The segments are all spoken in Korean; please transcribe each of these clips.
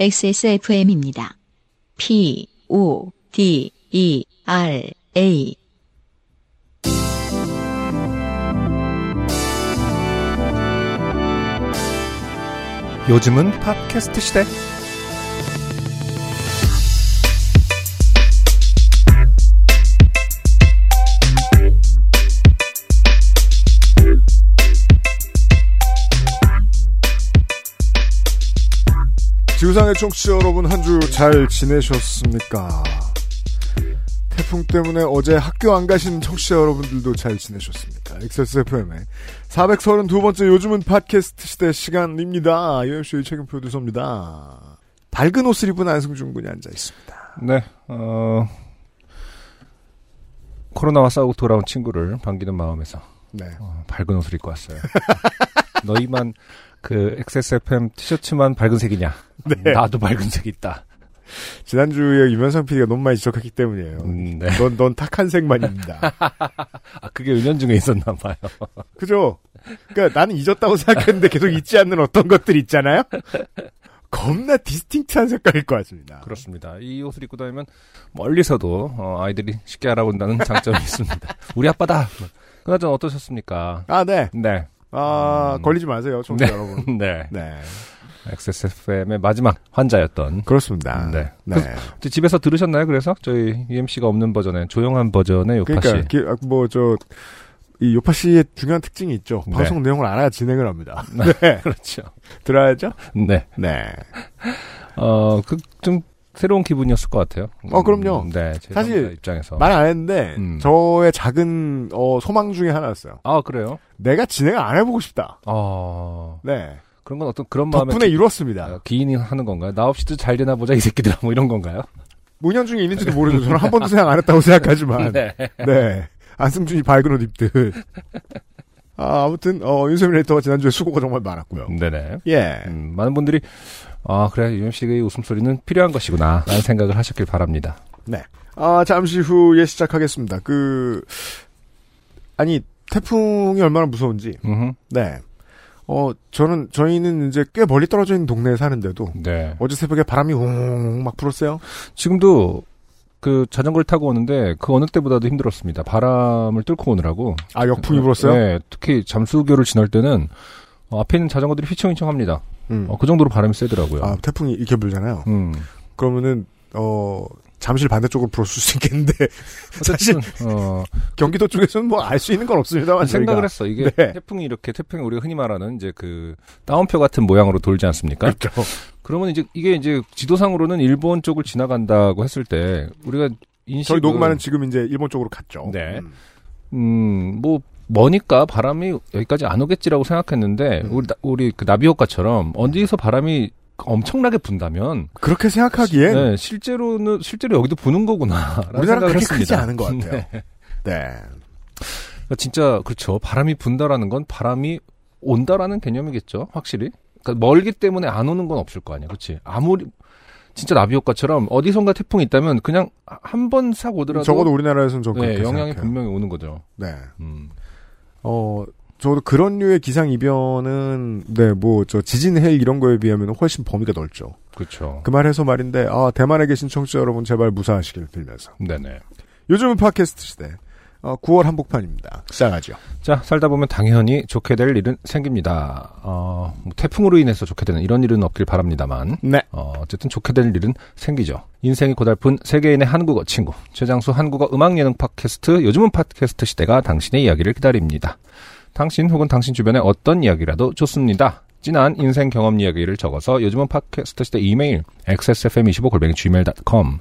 XSFM입니다. P, O, D, E, R, A. 요즘은 팟캐스트 시대. 지구상의 청취자 여러분 한 주 잘 지내셨습니까? 태풍 때문에 어제 학교 안 가신 청취자 여러분들도 잘 지내셨습니까? XSFM의 432번째 요즘은 팟캐스트 시대 시간입니다. UMC의 책임 프로듀서입니다. 밝은 옷을 입은 안승준 군이 앉아 있습니다. 네, 어, 코로나와 싸우고 돌아온 친구를 반기는 마음에서 네. 어, 밝은 옷을 입고 왔어요. 너희만 그 XSFM 티셔츠만 밝은 색이냐? 나도 밝은 색 있다. 지난주에 유면상 PD가 너무 많이 지적했기 때문이에요. 음, 네. 넌, 넌 탁한 색만입니다. 아 그게 은연중에 있었나 봐요. 그죠? 그니까 나는 잊었다고 생각했는데 계속 잊지 않는 어떤 것들 있잖아요? 겁나 디스팅트한 색깔일 것 같습니다. 그렇습니다. 이 옷을 입고 다니면 멀리서도 어, 아이들이 쉽게 알아본다는 장점이 있습니다. 우리 아빠다. 그나저나 어떠셨습니까? 아, 네. 네, 아, 음. 걸리지 마세요, 청취자 여러분. 네. 네. XSFM의 마지막 환자였던 그렇습니다. 네. 네. 저 집에서 들으셨나요? 그래서 저희 UMC가 없는 버전의 조용한 버전의 요파 그러니까 씨. 기- 아, 뭐 저. 이 요파 씨의 중요한 특징이 있죠. 네. 방송 내용을 알아야 진행을 합니다. 네. 그렇죠. 들어야죠? 네. 네. 어, 그 좀 새로운 기분이었을 것 같아요. 어, 그럼요. 네. 제 사실 사실 입장에서. 말 안 했는데, 음. 저의 작은, 어, 소망 중에 하나였어요. 아, 그래요? 내가 진행을 안 해보고 싶다. 어. 네. 그런 건 어떤 그런 마음에 어, 덕분에 이뤘습니다. 기인이 하는 건가요? 나 없이도 잘 되나 보자 이 새끼들아 뭐 이런 건가요? 문현 중에 있는지도 모르죠. 저는 한 번도 생각 안 했다고 생각하지만. 네. 네. 안승준이 밝은 옷 입듯. 아, 아무튼, 어, 윤세민 레이터가 지난주에 수고가 정말 많았고요. 네네. 예. 음, 많은 분들이 아 그래 UMC의 웃음소리는 필요한 것이구나 라는 생각을 하셨길 바랍니다. 아, 잠시 후에 시작하겠습니다. 그, 아니, 태풍이 얼마나 무서운지. 음, 네. 어, 저는, 저희는 이제 꽤 멀리 떨어져 있는 동네에 사는데도 네. 어제 새벽에 바람이 웅, 막 불었어요. 지금도 그 자전거를 타고 오는데 그 어느 때보다도 힘들었습니다. 바람을 뚫고 오느라고. 아, 역풍이 불었어요? 네, 특히 잠수교를 지날 때는 어, 앞에 있는 자전거들이 휘청휘청합니다. 음. 어, 그 정도로 바람이 세더라고요. 아, 태풍이 이렇게 불잖아요. 음. 그러면은, 어, 잠실 반대쪽으로 불었을 수 있겠는데, 사실, 어쨌든, 어, 경기도 쪽에서는 뭐 알 수 있는 건 없습니다만, 생각을 저희가. 했어. 이게 네. 태풍이 이렇게 태풍이 우리가 흔히 말하는 이제 그 다운표 같은 모양으로 돌지 않습니까? 그렇죠. 그러면 이제 이게 이제 지도상으로는 일본 쪽을 지나간다고 했을 때 우리가 인식 저희 녹음하는 지금 이제 일본 쪽으로 갔죠. 네. 음. 음뭐 머니까 바람이 여기까지 안 오겠지라고 생각했는데 음. 우리 나- 우리 그 나비효과처럼 어디서 바람이 엄청나게 분다면 그렇게 생각하기엔 네, 실제로는 실제로 여기도 부는 거구나. 우리나라 그렇게 크지 않은 것 같아요. 네. 네. 그러니까 진짜 그렇죠. 바람이 분다라는 건 바람이 온다라는 개념이겠죠. 확실히. 그러니까 멀기 때문에 안 오는 건 없을 거 아니야. 그렇지. 아무리 진짜 나비 효과처럼 어디선가 태풍이 있다면 그냥 한 번 싹 오더라도 적어도 우리나라에서는 좀 네, 그렇게 영향이 생각해요. 분명히 오는 거죠. 네. 음. 어, 저도 그런 류의 기상 이변은 네, 뭐 저 지진 해일 이런 거에 비하면 훨씬 범위가 넓죠. 그렇죠. 그 말해서 말인데 아, 대만에 계신 청취자 여러분 제발 무사하시길 빌면서. 네네. 요즘은 팟캐스트 시대. 어, 9월 한복판입니다. 시작하죠. 자, 살다 보면 당연히 좋게 될 일은 생깁니다. 어, 뭐 태풍으로 인해서 좋게 되는 이런 일은 없길 바랍니다만. 네. 어, 어쨌든 좋게 될 일은 생기죠. 인생이 고달픈 세계인의 한국어 친구. 최장수 한국어 음악 예능 팟캐스트, 요즘은 팟캐스트 시대가 당신의 이야기를 기다립니다. 당신 혹은 당신 주변의 어떤 이야기라도 좋습니다. 진한 인생 경험 이야기를 적어서 요즘은 팟캐스트 시대 이메일 xsfm25골뱅이gmail.com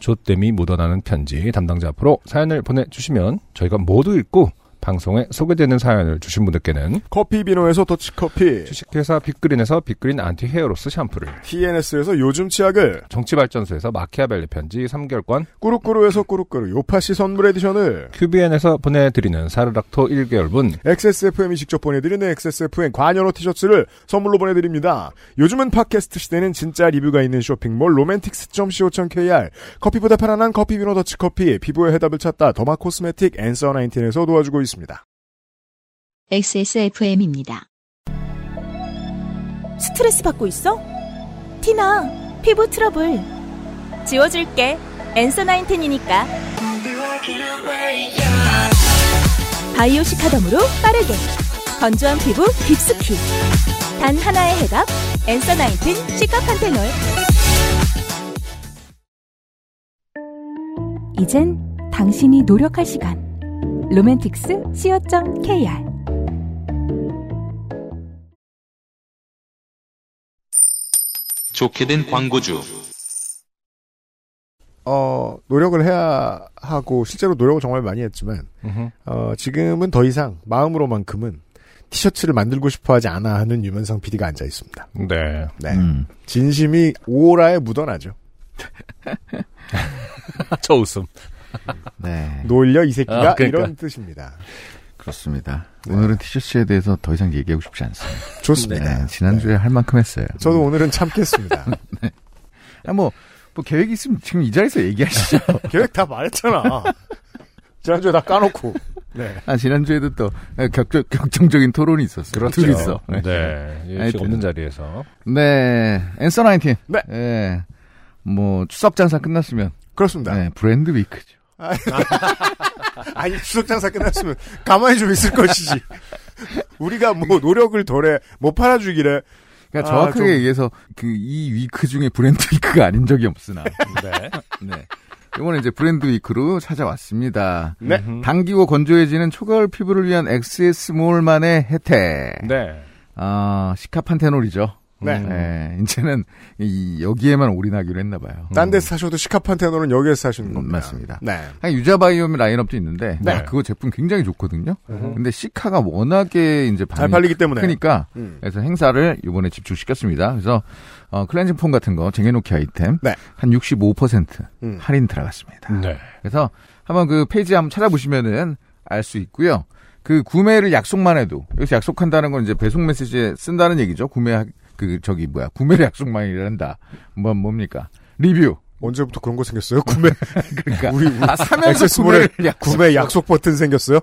조땜이 묻어나는 편지 담당자 앞으로 사연을 보내주시면 저희가 모두 읽고 방송에 소개되는 사연을 주신 분들께는 커피 비노에서 더치커피, 주식회사 빅그린에서 빅그린 안티 헤어로스 샴푸를 TNS에서 요즘 치약을, 정치발전소에서 마키아벨리 편지 3개월권, 꾸루꾸루에서 꾸루꾸루 요파시 선물 에디션을, QBN에서 보내드리는 사르락토 1개월분, XSFM이 직접 보내드리는 XSFM 관여로 티셔츠를 선물로 보내드립니다. 요즘은 팟캐스트 시대는 진짜 리뷰가 있는 쇼핑몰 로맨틱스.co.kr 커피보다 편안한 커피 비노 더치커피 피부의 해답을 찾다 더마 코스메틱 앤서 19에서 도와주고 있습니다. XSFM입니다. 스트레스 받고 있어? 티나, 피부 트러블 지워줄게 엔서 나인틴이니까 바이오 시카덤으로 빠르게 건조한 피부 깊숙이 단 하나의 해답 엔서 나인틴 시카판테놀 이젠 당신이 노력할 시간. 로맨틱스 co.kr 좋게 된 광고주. 어, 노력을 해야 하고 실제로 노력을 정말 많이 했지만 음흠. 어, 지금은 더 이상 마음으로만큼은 티셔츠를 만들고 싶어 하지 않아 하는 유면상 PD가 앉아 있습니다. 네. 네. 음. 진심이 오라에 묻어나죠. 저 웃음. 네. 놀려 이 새끼가 아, 그러니까. 이런 뜻입니다. 그렇습니다. 오늘은 티셔츠에 대해서 더 이상 얘기하고 싶지 않습니다. 좋습니다. 네, 지난주에 할 만큼 했어요. 저도 오늘은 참겠습니다. 아, 뭐, 뭐 계획이 있으면 지금 이 자리에서 얘기하시죠. 계획 다 말했잖아. 지난주에 다 까놓고. 네. 아, 지난주에도 또 아, 격적, 격정적인 토론이 있었어요. 둘이서. 네. 네. 예, 아이, 지금 또- 없는 자리에서. 네. 앤서 나인틴. 네. 예. 뭐, 추석 장사 끝났으면. 그렇습니다. 네, 브랜드 위크죠. 아니, 추석 장사 끝났으면 가만히 좀 있을 것이지. 우리가 뭐 노력을 덜해, 못 팔아주기래. 아, 그러니까 정확하게 좀- 얘기해서 그 이 위크 중에 브랜드 위크가 아닌 적이 없으나. 네. 네. 이번에 이제 브랜드 위크로 찾아왔습니다. 네. 당기고 건조해지는 초가을 피부를 위한 XS 몰만의 혜택. 네. 음. 아, 시카판테놀이죠. 네. 네, 이제는 이, 여기에만 올인하기로 했나 봐요. 딴 데서 사셔도 시카판테노는 여기에서 사시는 음, 겁니다. 맞습니다. 네. 아, 유자바이옴 라인업도 있는데 네. 아, 그거 제품 굉장히 좋거든요. 근데 시카가 워낙에 잘 이제 반응이 팔리기 때문에. 크니까 음. 그래서 행사를 이번에 집중시켰습니다. 그래서 어, 클렌징 폼 같은 거 쟁여놓기 아이템 네. 한 65% 음. 할인 들어갔습니다. 네. 그래서 한번 그 페이지 한번 찾아보시면은 알 수 있고요. 그 구매를 약속만 해도 여기서 약속한다는 건 이제 배송 메시지에 쓴다는 얘기죠. 구매 그 저기 뭐야 구매를 약속만이란다. 뭐 뭡니까 리뷰. 언제부터 그런 거 생겼어요? 구매, 그러니까 우리, 우리. 아 사면서 액세스몰에 구매를 약 구매 약속 버튼 생겼어요?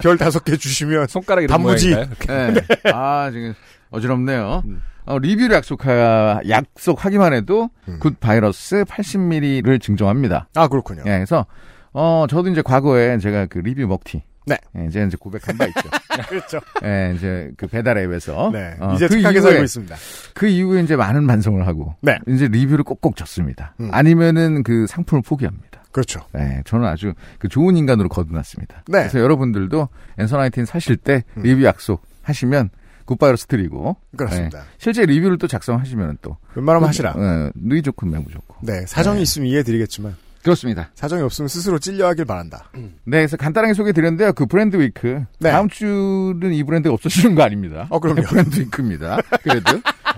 별 다섯 개 주시면. 손가락이 단무지. 네. 아, 지금 어지럽네요. 어, 리뷰를 약속하, 약속하기만 해도 음. 굿 바이러스 80ml를 증정합니다. 아, 그렇군요. 예, 그래서, 어, 저도 이제 과거에 제가 그 리뷰 먹튀. 네. 예, 이제 이제 고백한 바 있죠. 그렇죠. 예, 이제 그 배달 앱에서. 네. 어, 이제 그 착하게 이후에, 살고 있습니다. 그 이후에 이제 많은 반성을 하고. 네. 이제 리뷰를 꼭꼭 적습니다. 음. 아니면은 그 상품을 포기합니다. 그렇죠. 네, 저는 아주 그 좋은 인간으로 거듭났습니다. 네. 그래서 여러분들도 엔서 나이틴 사실 때 리뷰 약속 하시면 굿바이러스 드리고 그렇습니다. 아. 네, 실제 리뷰를 또 작성하시면 또 웬만하면 하시라. 네, 누이 좋고 매무 좋고 네. 사정이 있으면 이해해드리겠지만, 그렇습니다. 사정이 없으면 스스로 찔려하길 바란다. 네, 그래서 간단하게 소개드렸는데요. 그 브랜드 위크 네. 다음 주는 이 브랜드가 없어지는 거 아닙니다. 어, 그럼요. 네, 브랜드 위크입니다. 그래도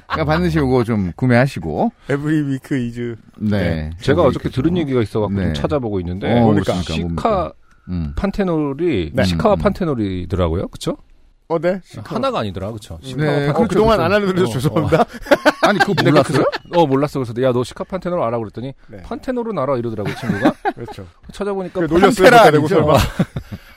그러니까 반드시 이거 좀 구매하시고 에브리 위크 이즈. 네, 제가 어저께 들은 얘기가 있어가지고 네. 좀 찾아보고 있는데. 어, 뭡니까? 그렇습니까? 시카 뭡니까? 음. 판테놀이 네. 시카와 음, 음. 판테놀이더라고요. 그쵸? 어, 네. 하나가 아니더라. 그쵸? 시카와 네, 판테놀. 그렇죠, 그동안 안 어, 알려드려서 죄송합니다. 아니 그거 내가 몰랐어요? 그래서- 어 몰랐어 그래서 야 너 시카 판테놀 알아 그랬더니 네. 판테놀은 알아 이러더라고 이 친구가 그렇죠. 찾아보니까 그래, 판- 놀렸어요. 판테라 그때 내고 아니죠? 설마.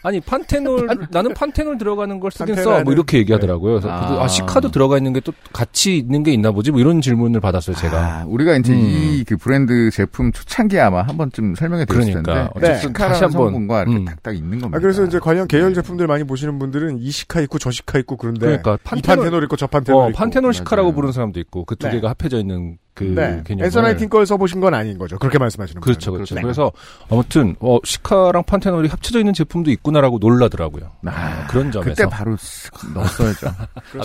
아니 판테놀 나는 판테놀 들어가는 걸 쓰긴 써 판테라는- 뭐 이렇게 얘기하더라고요 그래서 네. 그래도 아. 아 시카도 들어가 있는 게 또 같이 있는 게 있나 보지 뭐 이런 질문을 받았어요 제가 아, 우리가 이제 음. 이 그 브랜드 제품 초창기에 아마 한 번쯤 설명해 드렸을 그러니까. 텐데 어쨌든 다시 네. 카라는 한번. 성분과 이렇게 음. 딱딱 있는 겁니다. 아, 그래서 이제 관련 네. 계열 제품들 많이 보시는 분들은 이 시카 있고 저 시카 있고 그런데. 그러니까 이 판테놀 판테놀 있고 저 판테놀 어 있고. 판테놀 시카라고 맞아요. 부르는 사람도 있고 그 두 네. 개가 합해져 있는 그 네. 개념을 엔서나이틴 걸 써보신 건 아닌 거죠. 그렇게 말씀하시는 거죠. 그렇죠, 그렇죠. 네. 그래서 아무튼 어, 시카랑 판테놀이 합쳐져 있는 제품도 있구나라고 놀라더라고요. 아, 어, 그런 점에서 그때 바로 쓱 넣었어야죠.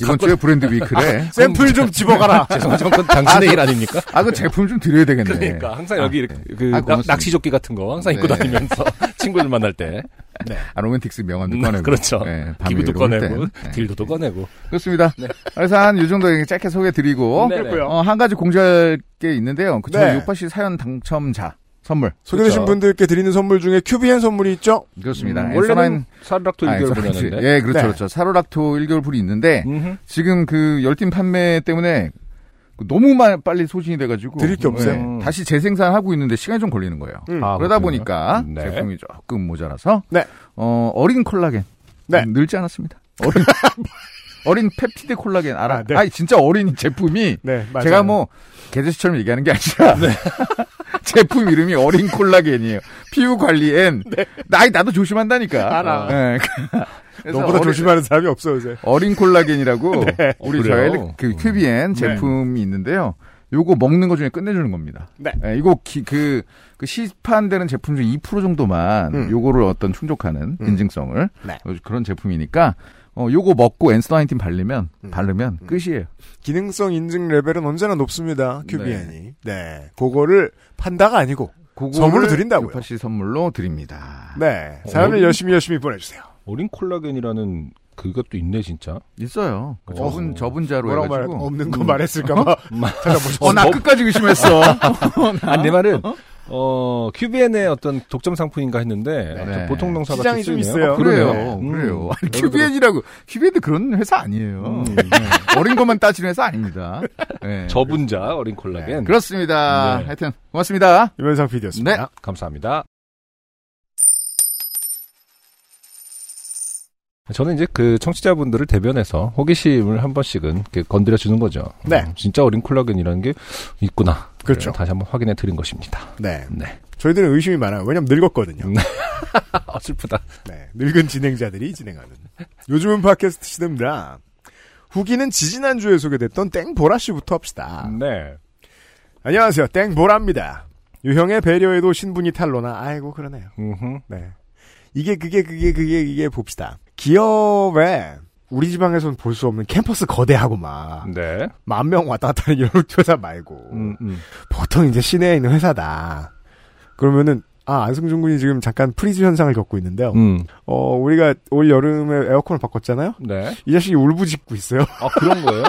이번 주에 브랜드 아, 위크래. 샘플 좀 집어가라. 죄송하지만 그건 당신의 일 아닙니까? 아, 그 제품 좀 드려야 되겠네. 그러니까 항상 아, 여기 이렇게 그 아, 낙- 고맙습니다. 낚시조끼 같은 거 항상 입고 네. 다니면서 친구들 만날 때 아, 로맨틱스 명함도 음, 꺼내고. 그렇죠. 네, 밤에 기부도 이럴 때. 꺼내고 네. 딜도도 꺼내고 그렇습니다. 그래서 한 요 정도 이렇게 짧게 소개드리고. 네, 네. 그렇고요. 어, 한 가지 공지할 게 있는데요. 그쵸. 네. 요파 씨 사연 당첨자 선물. 소개되신 그렇죠. 분들께 드리는 선물 중에 큐비엔 선물이 있죠? 그렇습니다. 음, 엔서나인- 원래는 사르락토 아, 1개월 엔서나인- 분야인데 예, 그렇죠. 네. 그렇죠. 사로락토 1개월 분이 있는데. 음흠. 지금 그 열띤 판매 때문에 그 너무 마- 빨리 소진이 돼가지고 드릴 게 없어요. 음. 음. 다시 재생산하고 있는데 시간이 좀 걸리는 거예요. 아, 그러다 그렇군요. 보니까 네. 제품이 조금 모자라서 네. 어, 어린 콜라겐 네. 늘지 않았습니다. 어린 어린 펩티드 콜라겐 알아? 아, 아, 네. 니 진짜 어린 제품이 네, 맞아요. 네. 제가 뭐 개조씨처럼 얘기하는 게 아니라 제품 이름이 어린 콜라겐이에요. 피부 관리 앤 나이 나도 조심한다니까. 네. 알아. 네. 그래서 너보다 어린- 조심하는 사람이 없어 요새. 어린 콜라겐이라고 네. 우리 어, 그래요? 음. 저의 그 큐비엔 제품이 있는데요. 요거 먹는 것 중에 끝내주는 겁니다. 네. 예, 이거 기- 그, 그 시판되는 제품 중 2% 정도만 음. 요거를 어떤 충족하는 인증성을 네. 어, 그런 제품이니까 어, 요거 먹고 엔스터나인틴 바르면 음. 바르면 끝이에요. 기능성 인증 레벨은 언제나 높습니다. 큐비엔이. 네. 그거를 판다가 아니고. 그거를 선물로 드린다고요? 요파 씨 선물로 드립니다. 네. 사연을 어. 열심히 열심히 보내주세요. 어린 콜라겐이라는 그것도 있네 진짜. 있어요. 그 저분 어. 저분자로 뭐라고 말 해가지고. 음. 없는 거 뭐- 말했을까봐 찾아보셨어요. 어나 끝까지 의심했어. 아, 내 말은 어 큐비엔의 어떤 독점 상품인가 했는데 네. 어떤 보통 농사가 시장이 좀 있어요. 어, 그래요. 그러네. 음. 그래요. 아니, 큐비엔이라고. 큐비엔도 그런 회사 음. 아니에요. 네. 어린 것만 따지는 회사 아닙니다. 네. 저분자 어린 콜라겐. 그렇습니다. 네. 하여튼, 고맙습니다. 이면상 PD였습니다. 네. 감사합니다. 저는 이제 그 청취자분들을 대변해서 호기심을 한 번씩은 이렇게 건드려주는 거죠. 네. 음, 진짜 어린 콜라겐이라는 게 있구나. 그렇죠. 네, 다시 한번 확인해 드린 것입니다. 네. 네. 저희들은 의심이 많아요. 왜냐면 늙었거든요. 아, 슬프다. 네. 늙은 진행자들이 진행하는. 요즘은 팟캐스트 시대입니다. 후기는 지지난주에 소개됐던 땡보라 씨부터 합시다. 음. 네. 안녕하세요. 땡보라입니다. 유형의 배려에도 신분이 탈로나, 아이고, 그러네요. 음흠. 네. 이게 그게 그게 그게 이게 봅시다. 기업에 우리 지방에선 볼 수 없는 캠퍼스 거대하고 막, 네. 만 명 왔다 갔다 하는 이런 회사 말고, 음, 음. 보통 이제 시내에 있는 회사다. 그러면은, 아, 안승준 군이 지금 잠깐 프리즈 현상을 겪고 있는데요. 음. 어, 우리가 올 여름에 에어컨을 바꿨잖아요? 네. 이 자식이 울부짖고 있어요. 아, 그런 거예요?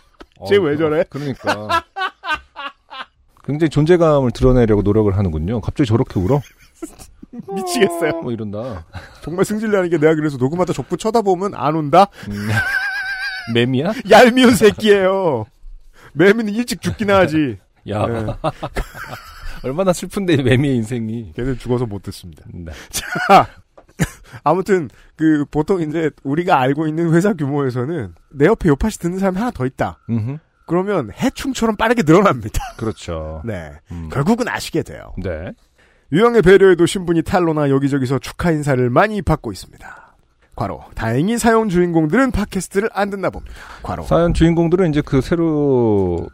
어, 쟤왜 저래? 그러니까. 굉장히 존재감을 드러내려고 노력을 하는군요. 갑자기 저렇게 울어? 미치겠어요. 뭐 이런다. 정말 승질나는 게 내가 그래서 녹음하다 적고 쳐다보면 안 온다? 음. 매미야? 얄미운 새끼예요. 매미는 일찍 죽기나 하지. 야. 네. 얼마나 슬픈데 이 매미의 인생이. 걔는 죽어서 못 듣습니다. 네. 아무튼 그 보통 이제 우리가 알고 있는 회사 규모에서는 내 옆에 요파시 듣는 사람이 하나 더 있다. 음흠. 그러면 해충처럼 빠르게 늘어납니다. 그렇죠. 네. 음. 결국은 아시게 돼요. 네. 유형의 배려에도 신분이 탈로나 여기저기서 축하 인사를 많이 받고 있습니다. 과로. 다행히 사용 주인공들은 팟캐스트를 안 듣나 봅니다. 과로. 사연 주인공들은 이제 그 새로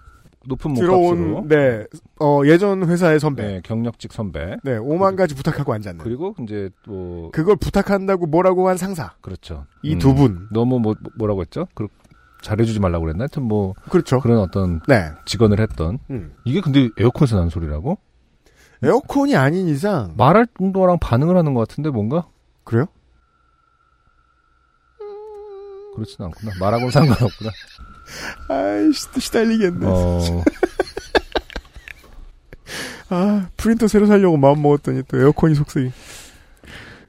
높은 들어온 몸값으로 네. 어, 예전 회사의 선배. 네. 네, 경력직 선배 오만 가지 부탁하고 앉았네. 그리고 이제 또 그걸 부탁한다고 뭐라고 한 상사. 그렇죠. 이 음, 두 분. 너무 뭐, 뭐라고 했죠? 그, 잘해주지 말라고 그랬나? 하여튼 뭐 그렇죠. 그런 어떤 네. 직언을 했던 음. 이게 근데 에어컨에서 나는 소리라고? 에어컨이 아닌 이상 말할 정도랑 반응을 하는 것 같은데 뭔가 그래요? 그렇진 않구나. 말하고는 상관없구나. 아이씨 또 시달리겠네. 어, 아 프린터 새로 살려고 마음 먹었더니 또 에어컨이 속쓰기.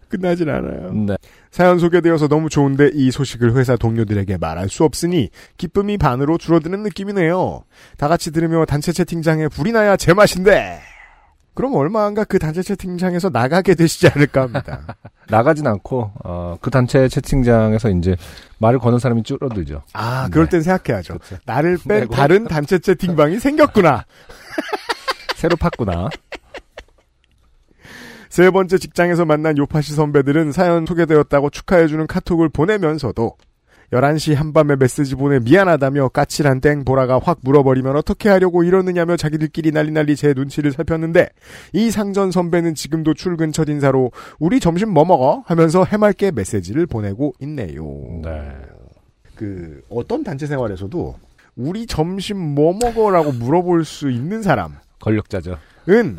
끝나질 않아요. 네. 음. 사연 소개되어서 너무 좋은데 이 소식을 회사 동료들에게 말할 수 없으니 기쁨이 반으로 줄어드는 느낌이네요. 다 같이 들으며 단체 채팅장에 불이 나야 제맛인데. 그럼 얼마 안가 그 단체 채팅장에서 나가게 되시지 않을까 합니다. 나가진 않고 어, 그 단체 채팅장에서 이제 말을 거는 사람이 줄어들죠. 아, 그럴 네. 땐 생각해야죠. 네, 뭐. 그렇죠. 나를 뺀 내고. 다른 단체 채팅방이 생겼구나. 새로 팠구나. 세 번째 직장에서 만난 요파시 선배들은 사연 소개되었다고 축하해주는 카톡을 보내면서도 11시 한밤에 메시지 보내 미안하다며 까칠한 땡보라가 확 물어버리면 어떻게 하려고 이러느냐며 자기들끼리 난리난리 제 눈치를 살폈는데 이 상전 선배는 지금도 출근 첫 인사로 우리 점심 뭐 먹어? 하면서 해맑게 메시지를 보내고 있네요. 네. 그 어떤 단체 생활에서도 우리 점심 뭐 먹어라고 물어볼 수 있는 사람 권력자죠. 은,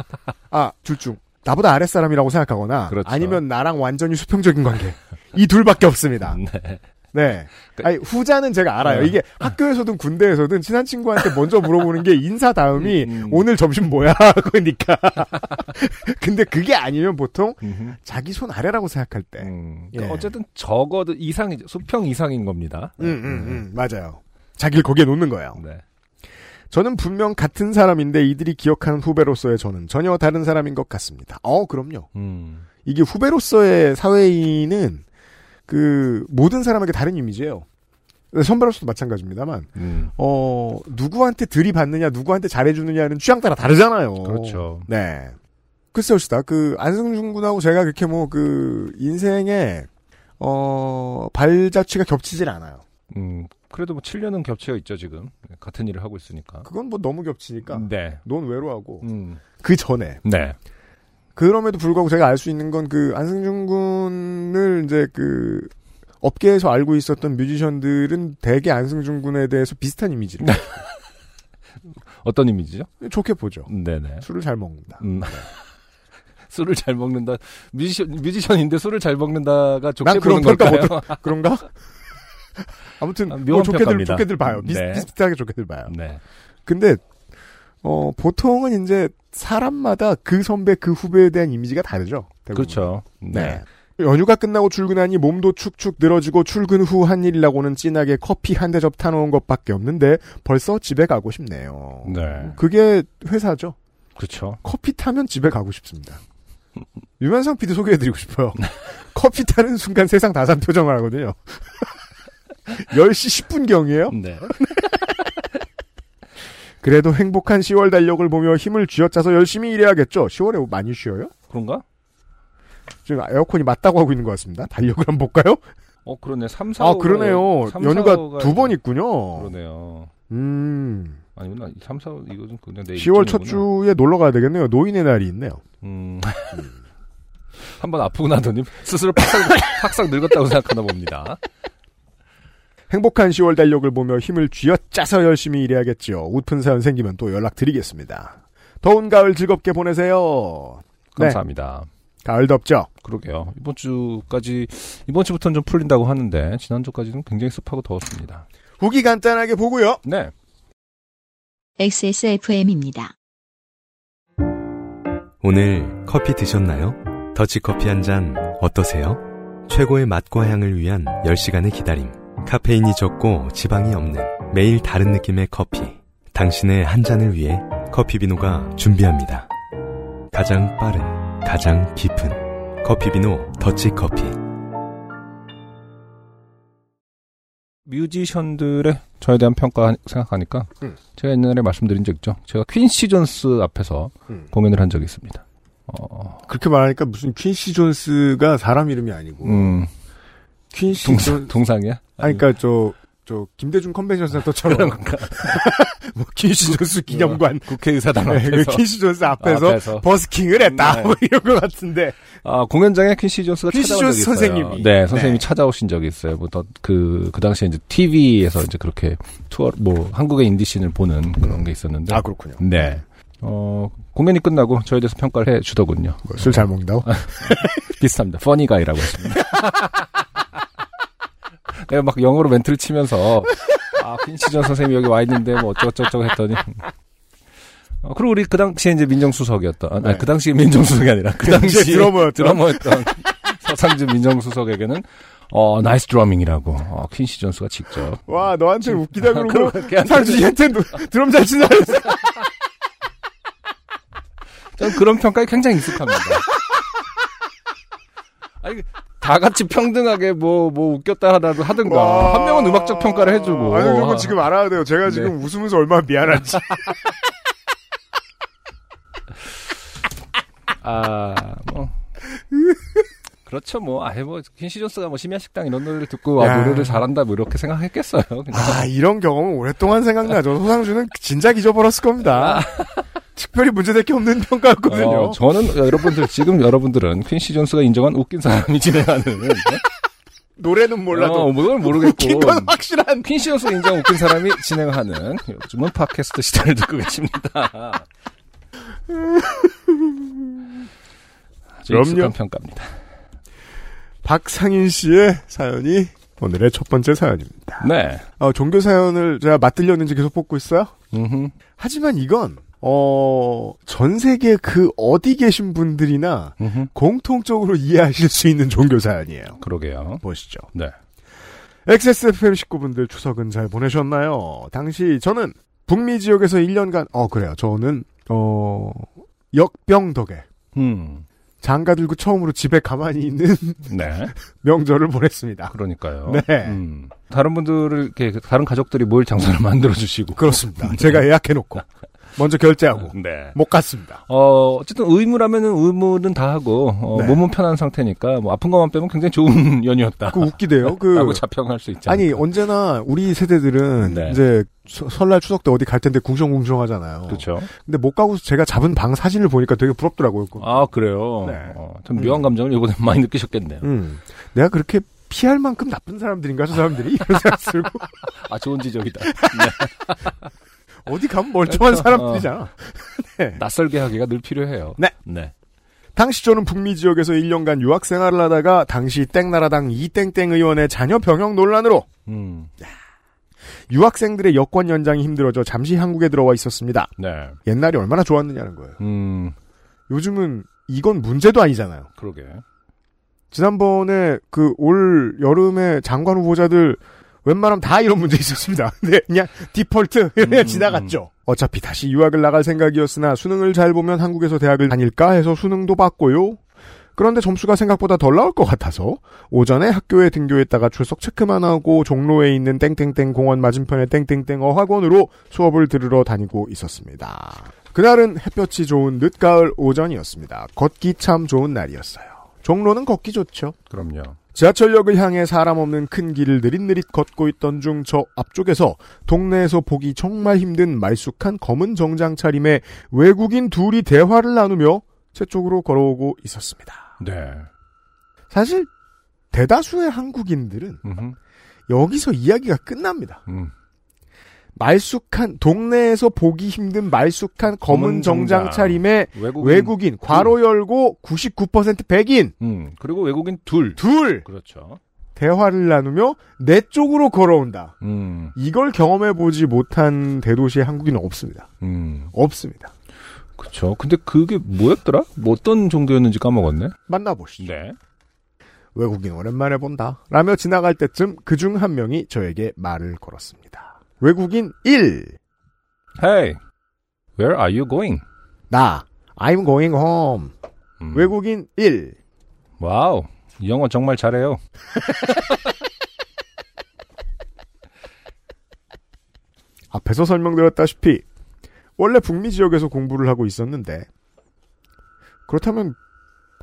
아, 둘 중. 나보다 아랫사람이라고 생각하거나, 그렇죠. 아니면 나랑 완전히 수평적인 관계. 이 둘밖에 없습니다. 네. 네. 그- 아니, 후자는 제가 알아요. 네. 이게 학교에서든 군대에서든 친한 친구한테 먼저 물어보는 게 인사 다음이 음, 음. 오늘 점심 뭐야? 그러니까. 근데 그게 아니면 보통 음흠. 자기 손 아래라고 생각할 때. 음, 음, 예. 그러니까 어쨌든 적어도 이상이죠. 수평 이상인 겁니다. 음, 음. 맞아요. 자기를 거기에 놓는 거예요. 네. 저는 분명 같은 사람인데 이들이 기억하는 후배로서의 저는 전혀 다른 사람인 것 같습니다. 어, 그럼요. 음. 이게 후배로서의 사회인은 그 모든 사람에게 다른 이미지예요. 선발업소도 마찬가지입니다만 음. 어 누구한테 들이받느냐 누구한테 잘해주느냐는 취향 따라 다르잖아요. 그렇죠. 네. 글쎄요, 시다. 그, 안승준 군하고 제가 그렇게 뭐, 그, 인생에, 어, 발자취가 겹치질 않아요. 음, 그래도 뭐 7년은 겹쳐 있죠, 지금. 같은 일을 하고 있으니까. 그건 뭐 너무 겹치니까. 네. 논 외로하고. 음. 그 전에. 네. 그럼에도 불구하고 제가 알 수 있는 건 그, 안승준 군을 이제 그, 업계에서 알고 있었던 뮤지션들은 대개 안승준 군에 대해서 비슷한 이미지를 네. 어떤 이미지죠? 좋게 보죠. 네네. 술을 잘 먹는다. 음. 술을 잘 먹는다. 뮤지션, 뮤지션인데 술을 잘 먹는다가 난 좋게 그런 보는 평가 걸까요? 못 그런가? 아무튼 아, 묘한 뭐 좋게들 평가입니다. 좋게들 봐요. 비슷, 네. 비슷하게 좋게들 봐요. 네. 근데 어 보통은 이제 사람마다 그 선배 그 후배에 대한 이미지가 다르죠. 대부분. 그렇죠. 네. 연휴가 끝나고 출근하니 몸도 축축 늘어지고 출근 후 한 일이라고는 진하게 커피 한 대접 타놓은 것밖에 없는데 벌써 집에 가고 싶네요. 네. 그게 회사죠. 그렇죠. 커피 타면 집에 가고 싶습니다. 유면상 PD 소개해드리고 싶어요. 커피 타는 순간 세상 다산 표정을 하거든요. 10시 10분경이에요. 네. 그래도 행복한 10월 달력을 보며 힘을 쥐어짜서 열심히 일해야겠죠. 10월에 많이 쉬어요? 그런가? 지금 에어컨이 맞다고 하고 있는 것 같습니다. 달력을 한번 볼까요? 어, 그러네. 3, 4, 아, 그러네요. 연휴가 두 번 있군요. 그러네요. 음, 아니구나. 3, 4, 네, 이거 좀 그냥 내 10월 첫 일정이구나. 주에 놀러 가야 되겠네요. 노인의 날이 있네요. 음. 한 번 아프고 나더니 스스로 팍상, 팍상 늙었다고 생각하나 봅니다. 행복한 10월 달력을 보며 힘을 쥐어짜서 열심히 일해야겠지요. 웃픈 사연 생기면 또 연락드리겠습니다. 더운 가을 즐겁게 보내세요. 네. 감사합니다. 가을 덥죠? 그러게요. 이번 주까지 이번 주부터는 좀 풀린다고 하는데 지난 주까지는 굉장히 습하고 더웠습니다. 후기 간단하게 보고요. 네. XSFM입니다. 오늘 커피 드셨나요? 더치커피 한 잔 어떠세요? 최고의 맛과 향을 위한 10시간의 기다림. 카페인이 적고 지방이 없는 매일 다른 느낌의 커피. 당신의 한 잔을 위해 커피비노가 준비합니다. 가장 빠른, 가장 깊은 커피비노 더치커피. 뮤지션들의 저에 대한 평가 생각하니까 음. 제가 옛날에 말씀드린 적 있죠. 제가 퀸시 존스 앞에서 음. 공연을 한 적이 있습니다. 어, 그렇게 말하니까 무슨 퀸시 존스가 사람 이름이 아니고 음, 퀸시 동상, 존 동상이야? 아니 그러니까 저, 저 김대중 컨벤션 센터처럼 뭐 퀸시 존스 기념관 국회의사당 네, 그 앞에서. 퀸시 존스 앞에서, 앞에서. 버스킹을 했다 네. 뭐 이런 것 같은데 아, 공연장에 퀸시 존스가 퀸시 찾아온 적이 존스 있어요. 선생님이. 네, 선생님이 네. 찾아오신 적이 있어요. 뭐, 더, 그, 그 당시에 이제 TV에서 이제 그렇게 투어, 뭐, 한국의 인디씬을 보는 그런 게 있었는데. 그렇군요. 네. 어, 공연이 끝나고 저에 대해서 평가를 해 주더군요. 뭐 술 잘 먹는다고? 아, 비슷합니다. 퍼니가이라고 했습니다. 내가 막 영어로 멘트를 치면서, 아, 퀸시전 선생님이 여기 와 있는데, 뭐, 어쩌고저쩌고 했더니. 어, 그리고 우리 그 당시에 이제 민정수석이었던, 아, 네. 그 당시에 민정수석이 아니라, 그 당시에 당시에 드러머였던. 드러머였던 서상준 민정수석에게는, 어, 나이스 드러밍이라고, 어, 퀸시 존스가 직접. 와 너한테 웃기다 그러고 아, 그렇게 한 사람들이 얘한테 드럼 잘 친다 저는 그런 평가에 굉장히 익숙합니다. 아니, 그 다 같이 평등하게 뭐, 뭐, 웃겼다 하라도 하든가. 와. 한 명은 음악적 평가를 해주고. 아니, 그건 지금 알아야 돼요. 제가 네. 지금 웃으면서 얼마나 미안한지. 아, 뭐. 그렇죠, 뭐. 아예 뭐, 퀸시 존스가 뭐, 심야식당 이런 노래를 듣고, 야. 아, 노래를 잘한다, 뭐, 이렇게 생각했겠어요. 그냥. 아, 이런 경험은 오랫동안 생각나죠. 소상주는 진작 잊어버렸을 겁니다. 특별히 문제될 게 없는 평가였거든요. 아. 어, 저는 여러분들, 지금 여러분들은 퀸시 존스가 인정한 웃긴 사람이 진행하는. 노래는 몰라도 어, 뭐, 그걸 모르겠고. 웃긴 건 확실한. 퀸시 존스가 인정한 웃긴 사람이 진행하는, 요즘은 팟캐스트 시대를 듣고 계십니다. 아주 그럼요. 익숙한 평가입니다. 박상인 씨의 사연이 오늘의 첫 번째 사연입니다. 네. 어, 종교 사연을 제가 맞들렸는지 계속 뽑고 있어요. 음흠. 하지만 이건 어, 전 세계 그 어디 계신 분들이나 음흠. 공통적으로 이해하실 수 있는 종교 사연이에요. 그러게요. 보시죠. 네. XSFM 식구분들 추석은 잘 보내셨나요? 당시 저는 북미 지역에서 1년간, 어, 그래요. 저는, 어, 역병 덕에 음. 장가 들고 처음으로 집에 가만히 있는 네. 명절을 보냈습니다. 그러니까요. 네. 음, 다른 분들을 이렇게 다른 가족들이 모일 장소를 만들어 주시고 음, 그렇습니다. 제가 예약해놓고 먼저 결제하고 네. 못 갔습니다. 어, 어쨌든 의무라면은 의무는 다 하고 어, 네. 몸은 편한 상태니까 뭐 아픈 것만 빼면 굉장히 좋은 연휴였다. 그 웃기대요. 그 라고 아, 뭐 자평할 수 어. 있지 아니 않을까. 언제나 우리 세대들은 네. 이제 서- 설날 추석 때 어디 갈 텐데 궁성궁성하잖아요. 그렇죠. 근데 못 가고서 제가 잡은 방 사진을 보니까 되게 부럽더라고요. 그거. 아 그래요. 네. 어, 좀 묘한 감정을 요번에 많이 느끼셨겠네요. 음, 내가 그렇게 피할 만큼 나쁜 사람들인가 저 사람들이 이런 생각 들고 아 좋은 지적이다. 어디 가면 멀쩡한 그렇죠. 사람들이잖아. 낯설게 하기가 늘 필요해요. 네. 당시 저는 북미 지역에서 1년간 유학 생활을 하다가 당시 땡나라당 이땡땡 의원의 자녀 병역 논란으로 음. 유학생들의 여권 연장이 힘들어져 잠시 한국에 들어와 있었습니다. 네. 옛날이 얼마나 좋았느냐는 거예요. 음. 요즘은 이건 문제도 아니잖아요. 그러게. 지난번에 그 올 여름에 장관 후보자들 웬만하면 다 이런 문제 있었습니다. 근데 그냥 디폴트 이렇게 음, 지나갔죠. 어차피 다시 유학을 나갈 생각이었으나 수능을 잘 보면 한국에서 대학을 다닐까 해서 수능도 봤고요. 그런데 점수가 생각보다 덜 나올 것 같아서 오전에 학교에 등교했다가 출석 체크만 하고 종로에 있는 땡땡땡 공원 맞은편의 땡땡땡 어학원으로 수업을 들으러 다니고 있었습니다. 그날은 햇볕이 좋은 늦가을 오전이었습니다. 걷기 참 좋은 날이었어요. 종로는 걷기 좋죠. 그럼요. 지하철역을 향해 사람 없는 큰 길을 느릿느릿 걷고 있던 중 저 앞쪽에서 동네에서 보기 정말 힘든 말쑥한 검은 정장 차림의 외국인 둘이 대화를 나누며 제 쪽으로 걸어오고 있었습니다. 네. 사실 대다수의 한국인들은 음흠. 여기서 이야기가 끝납니다. 음. 말쑥한 동네에서 보기 힘든 말쑥한 검은 검은 정장. 정장 차림의 외국인. 외국인 괄호 열고 99% 백인 음. 그리고 외국인 둘. 둘 그렇죠. 대화를 나누며 내 쪽으로 걸어온다. 음. 이걸 경험해보지 못한 대도시의 한국인은 없습니다. 음. 없습니다. 그렇죠. 근데 그게 뭐였더라? 뭐 어떤 정도였는지 까먹었네. 만나보시죠. 네. 외국인 오랜만에 본다. 라며 지나갈 때쯤 그 중 한 명이 저에게 말을 걸었습니다. 외국인 1. Hey. Where are you going? 나. I'm going home. 음. 외국인 1. 와우. 이 영어 정말 잘해요. 앞에서 설명드렸다시피 원래 북미 지역에서 공부를 하고 있었는데 그렇다면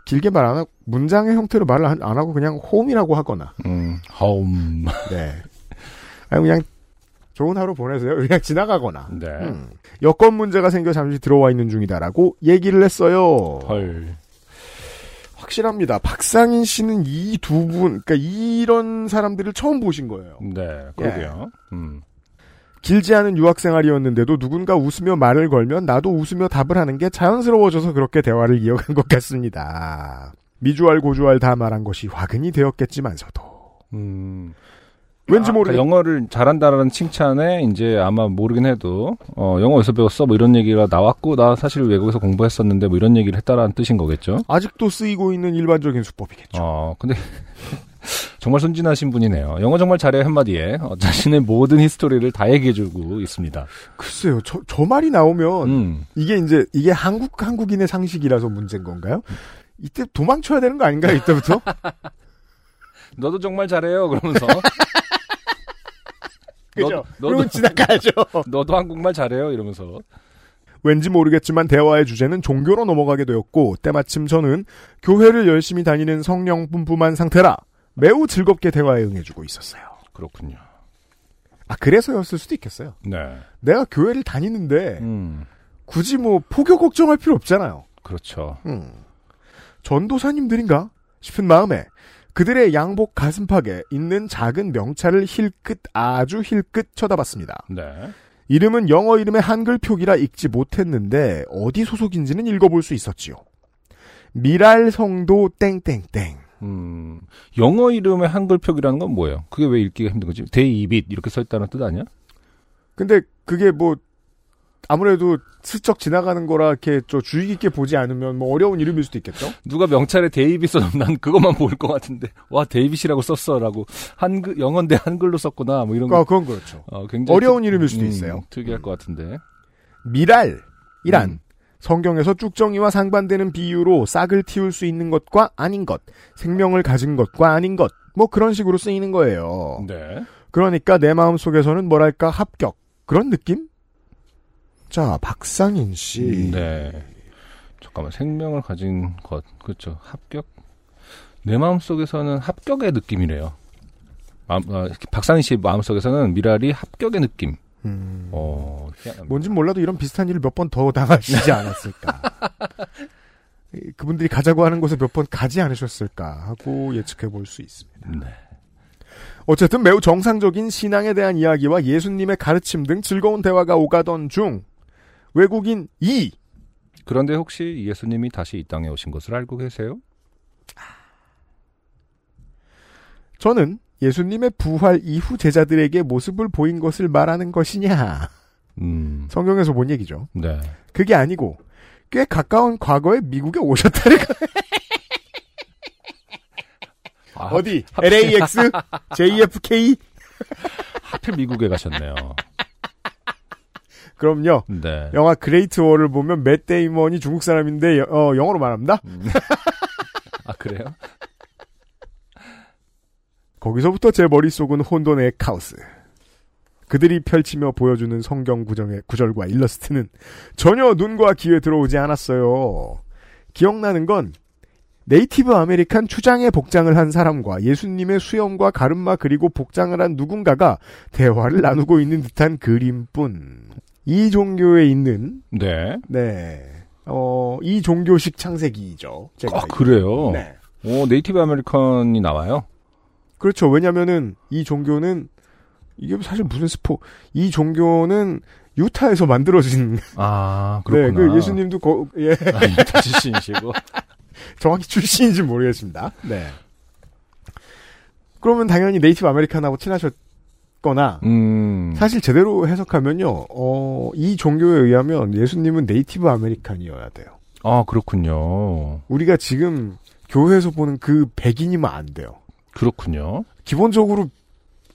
길게 말 안 하고 문장의 형태로 말을 안- 안 하고 그냥 홈이라고 하거나 음. Home. 네. 아니, 그냥 좋은 하루 보내세요. 그냥 지나가거나. 네. 음. 여권 문제가 생겨 잠시 들어와 있는 중이다라고 얘기를 했어요. 헐. 확실합니다. 박상인 씨는 이 두 분, 그러니까 이런 사람들을 처음 보신 거예요. 네. 그러게요. 음. 길지 않은 유학 생활이었는데도 누군가 웃으며 말을 걸면 나도 웃으며 답을 하는 게 자연스러워져서 그렇게 대화를 이어간 것 같습니다. 미주알 고주알 다 말한 것이 화근이 되었겠지만서도 음. 왠지 아, 모르게 그러니까 영어를 잘한다라는 칭찬에 이제 아마 모르긴 해도 어, 영어 어디서 배웠어? 뭐 이런 얘기가 나왔고 나 사실 외국에서 공부했었는데 뭐 이런 얘기를 했다라는 뜻인 거겠죠. 아직도 쓰이고 있는 일반적인 수법이겠죠. 어, 근데 정말 선진하신 분이네요. 영어 정말 잘해요 한마디에 어, 자신의 모든 히스토리를 다 얘기해주고 있습니다. 글쎄요, 저, 저 말이 나오면 음, 이게 이제 이게 한국 한국인의 상식이라서 문제인 건가요? 이때 도망쳐야 되는 거 아닌가요? 이때부터 너도 정말 잘해요 그러면서. 그죠? 너, 그러면 너도, 지나가죠. 너도 한국말 잘해요 이러면서. 왠지 모르겠지만 대화의 주제는 종교로 넘어가게 되었고 때마침 저는 교회를 열심히 다니는 성령 뿜뿜한 상태라 매우 즐겁게 대화에 응해주고 있었어요. 그렇군요. 아 그래서였을 수도 있겠어요. 네. 내가 교회를 다니는데 음, 굳이 뭐 포교 걱정할 필요 없잖아요. 그렇죠. 음. 전도사님들인가 싶은 마음에 그들의 양복 가슴팍에 있는 작은 명찰을 힐끗 아주 힐끗 쳐다봤습니다. 네. 이름은 영어 이름의 한글 표기라 읽지 못했는데 어디 소속인지는 읽어볼 수 있었지요. 미랄성도 땡땡땡. 음, 영어 이름의 한글 표기라는 건 뭐예요? 그게 왜 읽기가 힘든 거지? 데이빗 이렇게 써 있다는 뜻 아니야? 근데 그게 뭐 아무래도 스쩍 지나가는 거라 이렇게 저 주의 깊게 보지 않으면 뭐 어려운 이름일 수도 있겠죠. 누가 명찰에 데이빗 써놓으면 난 그것만 보일 것 같은데 와 데이빗이라고 썼어라고 한글 영어인데 한글로 썼구나 뭐 이런 아, 거 그건 그렇죠. 어, 굉장히 어려운 특- 이름일 수도 음, 있어요. 특이할 것 같은데 미랄이란 음. 성경에서 쭉정이와 상반되는 비유로 싹을 틔울 수 있는 것과 아닌 것, 생명을 가진 것과 아닌 것, 뭐 그런 식으로 쓰이는 거예요. 네. 그러니까 내 마음 속에서는 뭐랄까 합격 그런 느낌? 자 박상인 씨 네. 잠깐만 생명을 가진 것 그렇죠 합격 내 마음 속에서는 합격의 느낌이래요. 마음, 아, 박상희 씨 마음 속에서는 미랄이 합격의 느낌. 음, 어, 희한합니다. 뭔진 몰라도 이런 비슷한 일을 몇 번 더 당하시지 않았을까 이, 그분들이 가자고 하는 곳에 몇 번 가지 않으셨을까 하고 예측해 볼 수 있습니다 네. 어쨌든 매우 정상적인 신앙에 대한 이야기와 예수님의 가르침 등 즐거운 대화가 오가던 중 외국인 이 그런데 혹시 예수님이 다시 이 땅에 오신 것을 알고 계세요? 저는 예수님의 부활 이후 제자들에게 모습을 보인 것을 말하는 것이냐 음, 성경에서 본 얘기죠 네. 그게 아니고 꽤 가까운 과거에 미국에 오셨다는 거 아, 어디 LAX, JFK 하필 미국에 가셨네요. 그럼요. 네. 영화 그레이트 월을 보면 맷 데이먼이 중국 사람인데 여- 어, 영어로 말합니다. 아 그래요? 거기서부터 제 머릿속은 혼돈의 카오스. 그들이 펼치며 보여주는 성경 구정의 구절과 일러스트는 전혀 눈과 귀에 들어오지 않았어요. 기억나는 건 네이티브 아메리칸 추장의 복장을 한 사람과 예수님의 수염과 가르마 그리고 복장을 한 누군가가 대화를 나누고 있는 듯한 그림뿐. 이 종교에 있는 네. 네. 어, 이 종교식 창세기죠. 제가. 아 그래요? 네. 오 네이티브 아메리칸이 나와요? 그렇죠. 왜냐면은 이 종교는 이게 사실 무슨 스포? 이 종교는 유타에서 만들어진 아 네, 그렇구나. 그 예수님도 거, 예, 아, 유타 출신이시고. 정확히 출신인지 모르겠습니다. 네. 그러면 당연히 네이티브 아메리칸하고 친하셨거나 음. 사실 제대로 해석하면요, 어, 이 종교에 의하면 예수님은 네이티브 아메리칸이어야 돼요. 아 그렇군요. 우리가 지금 교회에서 보는 그 백인이면 안 돼요. 그렇군요. 기본적으로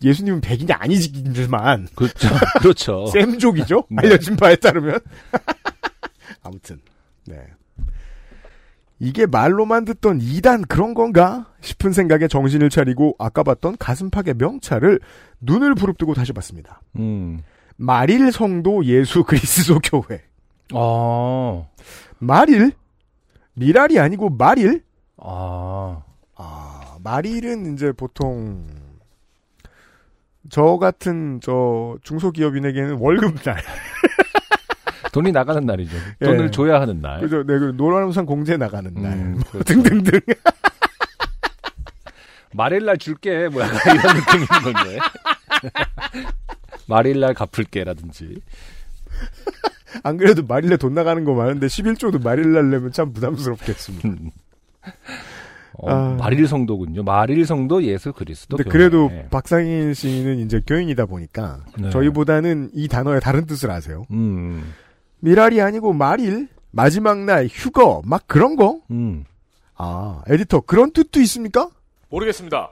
예수님은 백인이 아니지만 그렇죠. 어. 그렇죠. 쌤족이죠? 네. 알려진 바에 따르면. 아무튼, 네. 이게 말로만 듣던 이단 그런 건가? 싶은 생각에 정신을 차리고 아까 봤던 가슴팍의 명찰을 눈을 부릅뜨고 다시 봤습니다. 음. 말일 성도 예수 그리스도 교회. 아. 말일? 미랄이 아니고 말일? 아. 아, 말일은 이제 보통 저 같은 저 중소기업인에게는 월급날. 돈이 나가는 날이죠. 예. 돈을 줘야 하는 날. 그죠? 네, 그 노란우산 공제 나가는 날. 음, 뭐 그렇죠. 등등등. 말일 날 줄게. 뭐야. 이런 느낌인 건데. 말일 날 갚을게라든지. 안 그래도 마릴레 돈 나가는 거 많은데 11조도 마릴레 내면 참 부담스럽겠습니다. 음, 어, 아. 말일 성도군요. 말일 성도 예수 그리스도. 근데 교회. 그래도 박상인 씨는 이제 교인이다 보니까 예. 네. 저희보다는 이 단어의 다른 뜻을 아세요. 음. 미랄이 아니고 말일, 마지막 날, 휴거, 막 그런 거? 음. 아, 에디터, 그런 뜻도 있습니까? 모르겠습니다.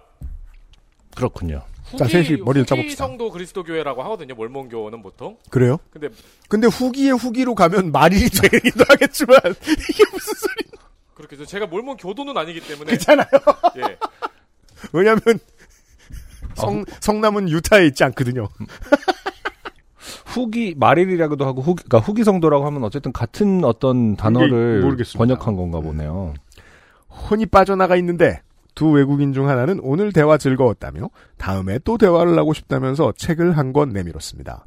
그렇군요. 후기, 자, 셋이 머리를 후기 짜봅시다. 성도 그리스도교회라고 하거든요. 몰몬교는 보통. 그래요? 근데 근데 후기에 후기로 가면 말일이 되기도 하겠지만, 이게 무슨 소리. 그렇게 해서 제가 몰몬 교도는 아니기 때문에 그렇잖아요. 예. 왜냐면, 성, 성남은 유타에 있지 않거든요. 후기 말일이라고도 하고 후기 그러니까 후기 성도라고 하면 어쨌든 같은 어떤 단어를 모르겠습니다. 번역한 건가 보네요. 혼이 빠져나가 있는데 두 외국인 중 하나는 오늘 대화 즐거웠다며 다음에 또 대화를 하고 싶다면서 책을 한 권 내밀었습니다.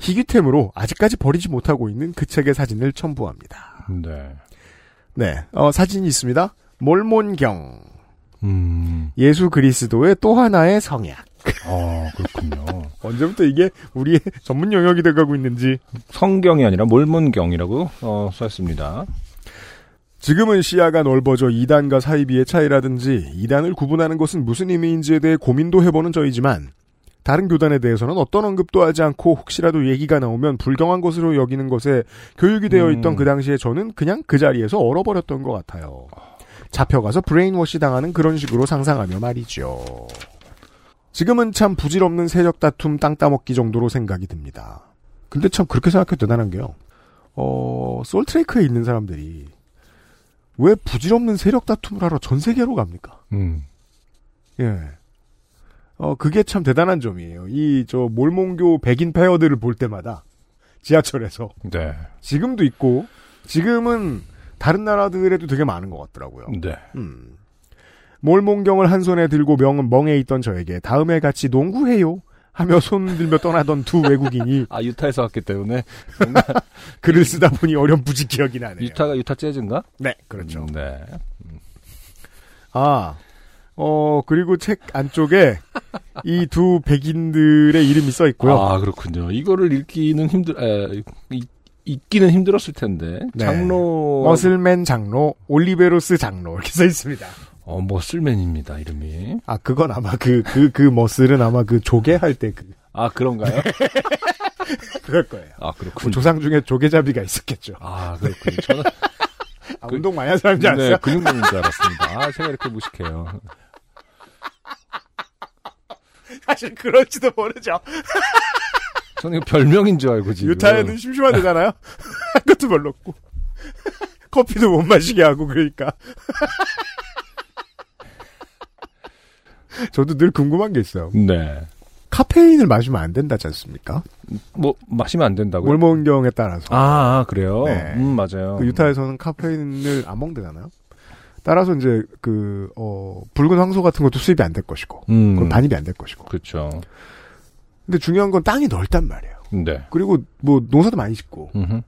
희귀템으로 아직까지 버리지 못하고 있는 그 책의 사진을 첨부합니다. 네. 네, 어, 사진이 있습니다. 몰몬경 음. 예수 그리스도의 또 하나의 성약. 아, 그렇군요. 언제부터 이게 우리의 전문 영역이 돼가고 있는지. 성경이 아니라 몰문경이라고 어, 썼습니다. 지금은 시야가 넓어져 이단과 사이비의 차이라든지 이단을 구분하는 것은 무슨 의미인지에 대해 고민도 해보는 저이지만 다른 교단에 대해서는 어떤 언급도 하지 않고 혹시라도 얘기가 나오면 불경한 것으로 여기는 것에 교육이 되어 있던 음. 그 당시에 저는 그냥 그 자리에서 얼어버렸던 것 같아요. 잡혀가서 브레인워시 당하는 그런 식으로 상상하며 말이죠. 지금은 참 부질없는 세력 다툼 땅 따먹기 정도로 생각이 듭니다. 근데 참 그렇게 생각해도 대단한 게요. 어, 솔트레이크에 있는 사람들이 왜 부질없는 세력 다툼을 하러 전 세계로 갑니까? 음. 예. 어, 그게 참 대단한 점이에요. 이, 저, 몰몬교 백인 페어들을 볼 때마다 지하철에서 네. 지금도 있고 지금은 다른 나라들에도 되게 많은 것 같더라고요. 네. 음. 몰몬경을 한 손에 들고 명은 멍에 있던 저에게 다음에 같이 농구해요 하며 손 들며 떠나던 두 외국인이 아, 유타에서 왔기 때문에. 글을 쓰다 보니 어렴풋이 기억이 나네요. 유타가 유타 재즈인가? 네, 그렇죠. 음, 네. 아, 어 그리고 책 안쪽에 이 두 백인들의 이름이 써 있고요. 아, 그렇군요. 이거를 읽기는 힘들, 에, 읽- 읽기는 힘들었을 텐데. 네. 장로. 머슬맨 장로, 올리베로스 장로 이렇게 써 있습니다. 어, 머슬맨입니다, 이름이. 아 그건 아마 그 그 그 머슬은 아마 그 조개 할 때 그, 아, 그런가요? 그럴 거예요. 아, 그 그렇군요. 조상 중에 조개잡이가 있었겠죠. 아, 그렇군요. 저는 아, 운동 많이 한 사람인지 아세요? 네, 근육맨인 줄 알았습니다. 아, 제가 이렇게 무식해요. 사실 그럴지도 모르죠. 저는 이거 별명인 줄 알고 지금. 유타에는 심심하대잖아요. 그것도 별로 없고. 커피도 못 마시게 하고 그러니까. 저도 늘 궁금한 게 있어요. 네. 카페인을 마시면 안 된다지 않습니까? 뭐 마시면 안 된다고요? 몰몬경에 따라서. 아, 아, 그래요. 네. 음 맞아요. 그 유타에서는 카페인을 안 먹대잖아요. 따라서 이제 그 어, 붉은 황소 같은 것도 수입이 안 될 것이고, 음, 그럼 반입이 안 될 것이고. 그렇죠. 근데 중요한 건 땅이 넓단 말이에요. 네. 그리고 뭐 농사도 많이 짓고 음흠.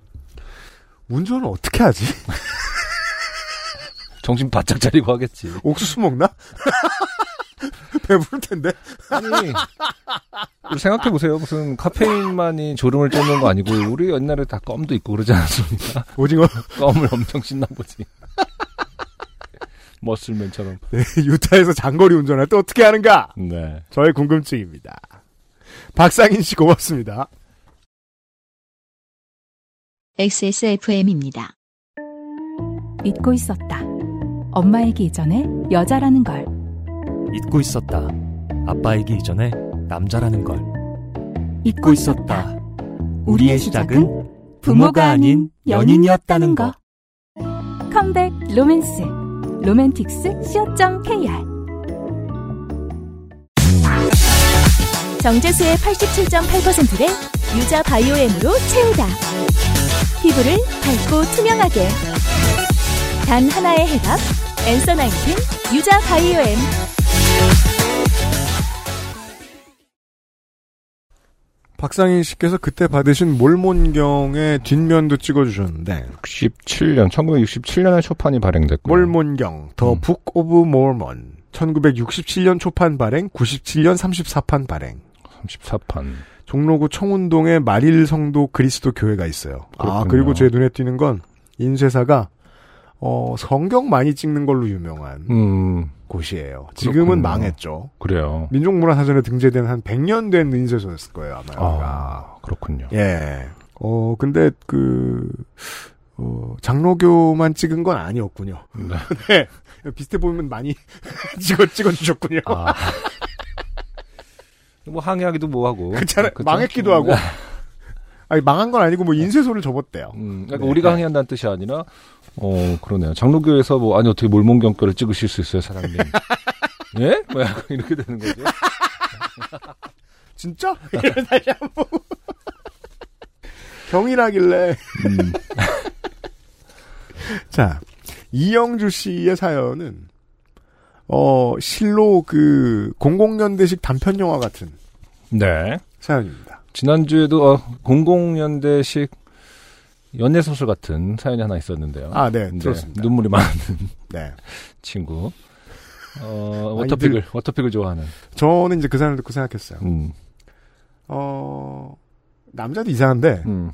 운전을 어떻게 하지? 정신 바짝 차리고 하겠지. 옥수수 먹나? 배부를 텐데. 아니 생각해 보세요. 무슨 카페인만이 졸음을 쫓는 거 아니고 우리 옛날에 다 껌도 있고 그러지 않았습니까? 오징어 껌을 엄청 신나 보지. 머슬맨처럼. 네, 유타에서 장거리 운전할 때 어떻게 하는가? 네. 저의 궁금증입니다. 박상인 씨 고맙습니다. XSFM입니다. 잊고 있었다. 엄마이기 이전에 여자라는 걸. 잊고 있었다. 아빠이기 이전에 남자라는 걸. 잊고 우리의 시작은 부모가 아닌 연인이었다는 거. 컴백 로맨스 로맨틱스 co.kr 정제수의 87.8%를 유자 바이오엠으로 채우다. 피부를 밝고 투명하게. 단 하나의 해답. 엔서 나인틴 유자 바이오엠. 박상인 씨께서 그때 받으신 몰몬경의 뒷면도 찍어주셨는데 67년 1967년에 초판이 발행됐고. 뭐- 몰몬경 더 음. 북 오브 몰몬 1967년 초판 발행 97년 34판 발행 34판. 종로구 청운동에 마릴성도 그리스도 교회가 있어요. 아 그렇군요. 그리고 제 눈에 띄는 건 인쇄사가 어, 성경 많이 찍는 걸로 유명한 음 곳이에요. 지금은 그렇군요. 망했죠. 그래요. 민족문화사전에 등재된 한 100년 된 인쇄소였을 거예요, 아마. 아 그렇군요. 예. 어, 근데 그, 어, 장로교만 찍은 건 아니었군요. 네. 비슷해 보이면 많이 찍어, 찍어주셨군요. 아. 뭐 항의하기도 뭐하고. 그렇잖아요. 그쵸? 망했기도 하고. 아니, 망한 건 아니고 뭐 인쇄소를 접었대요. 음, 그러니까 네. 우리가 항의한다는 뜻이 아니라, 어, 그러네요. 장로교에서 뭐, 아니, 어떻게 몰몬경교를 찍으실 수 있어요, 사장님. 예? 뭐, 약간 이렇게 되는 거죠. 진짜? 이걸 다시 한 번. 경이라길래. 음, 자, 이영주 씨의 사연은, 어, 실로 그, 00년대식 단편영화 같은 네. 사연입니다. 지난주에도, 어, 00년대식 연애소설 같은 사연이 하나 있었는데요. 아, 네, 네, 들었습니다. 눈물이 많은 네. 친구. 어, 아, 많이들- 워터픽을, 워터픽을 좋아하는. 저는 이제 그 사연을 듣고 생각했어요. 음, 어, 남자도 이상한데, 음,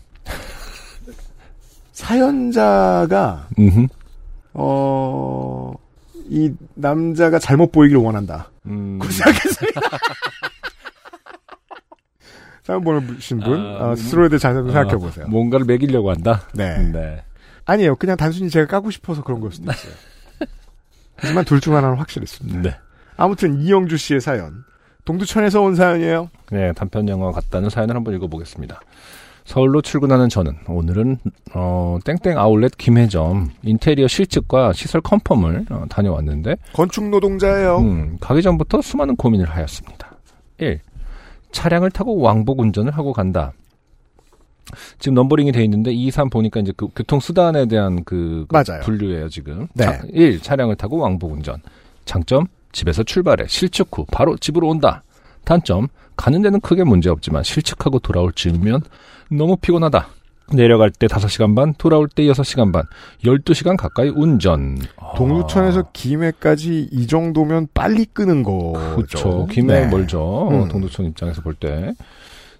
사연자가, 음흠, 어, 이 남자가 잘못 보이길 원한다. 음. 그 생각했습니다. 사연 보내신 분, 아, 어, 스스로에 대해 잘 생각해보세요. 어, 뭔가를 매기려고 한다? 네. 네. 아니에요. 그냥 단순히 제가 까고 싶어서 그런 걸 수도 있어요. 하지만 둘 중 하나는 확실했습니다. 네. 아무튼 이영주 씨의 사연. 동두천에서 온 사연이에요. 네, 단편 영화 같다는 사연을 한번 읽어보겠습니다. 서울로 출근하는 저는 오늘은 어, 땡땡 아울렛 김해점 인테리어 실측과 시설 컨펌을 어, 다녀왔는데 건축 노동자예요. 음, 가기 전부터 수많은 고민을 하였습니다. 1. 차량을 타고 왕복 운전을 하고 간다. 지금 넘버링이 돼 있는데 2, 3 보니까 이제 그 교통 수단에 대한 그, 그 맞아요. 분류예요, 지금. 네. 1. 차량을 타고 왕복 운전. 장점. 집에서 출발해 실측 후 바로 집으로 온다. 단점. 가는 데는 크게 문제 없지만 실측하고 돌아올 즈음이면 너무 피곤하다. 내려갈 때 5시간 반, 돌아올 때 6시간 반, 12시간 가까이 운전. 아, 동두천에서 김해까지 이 정도면 빨리 끄는 거죠. 그렇죠. 김해 네. 멀죠. 음. 동두천 입장에서 볼 때.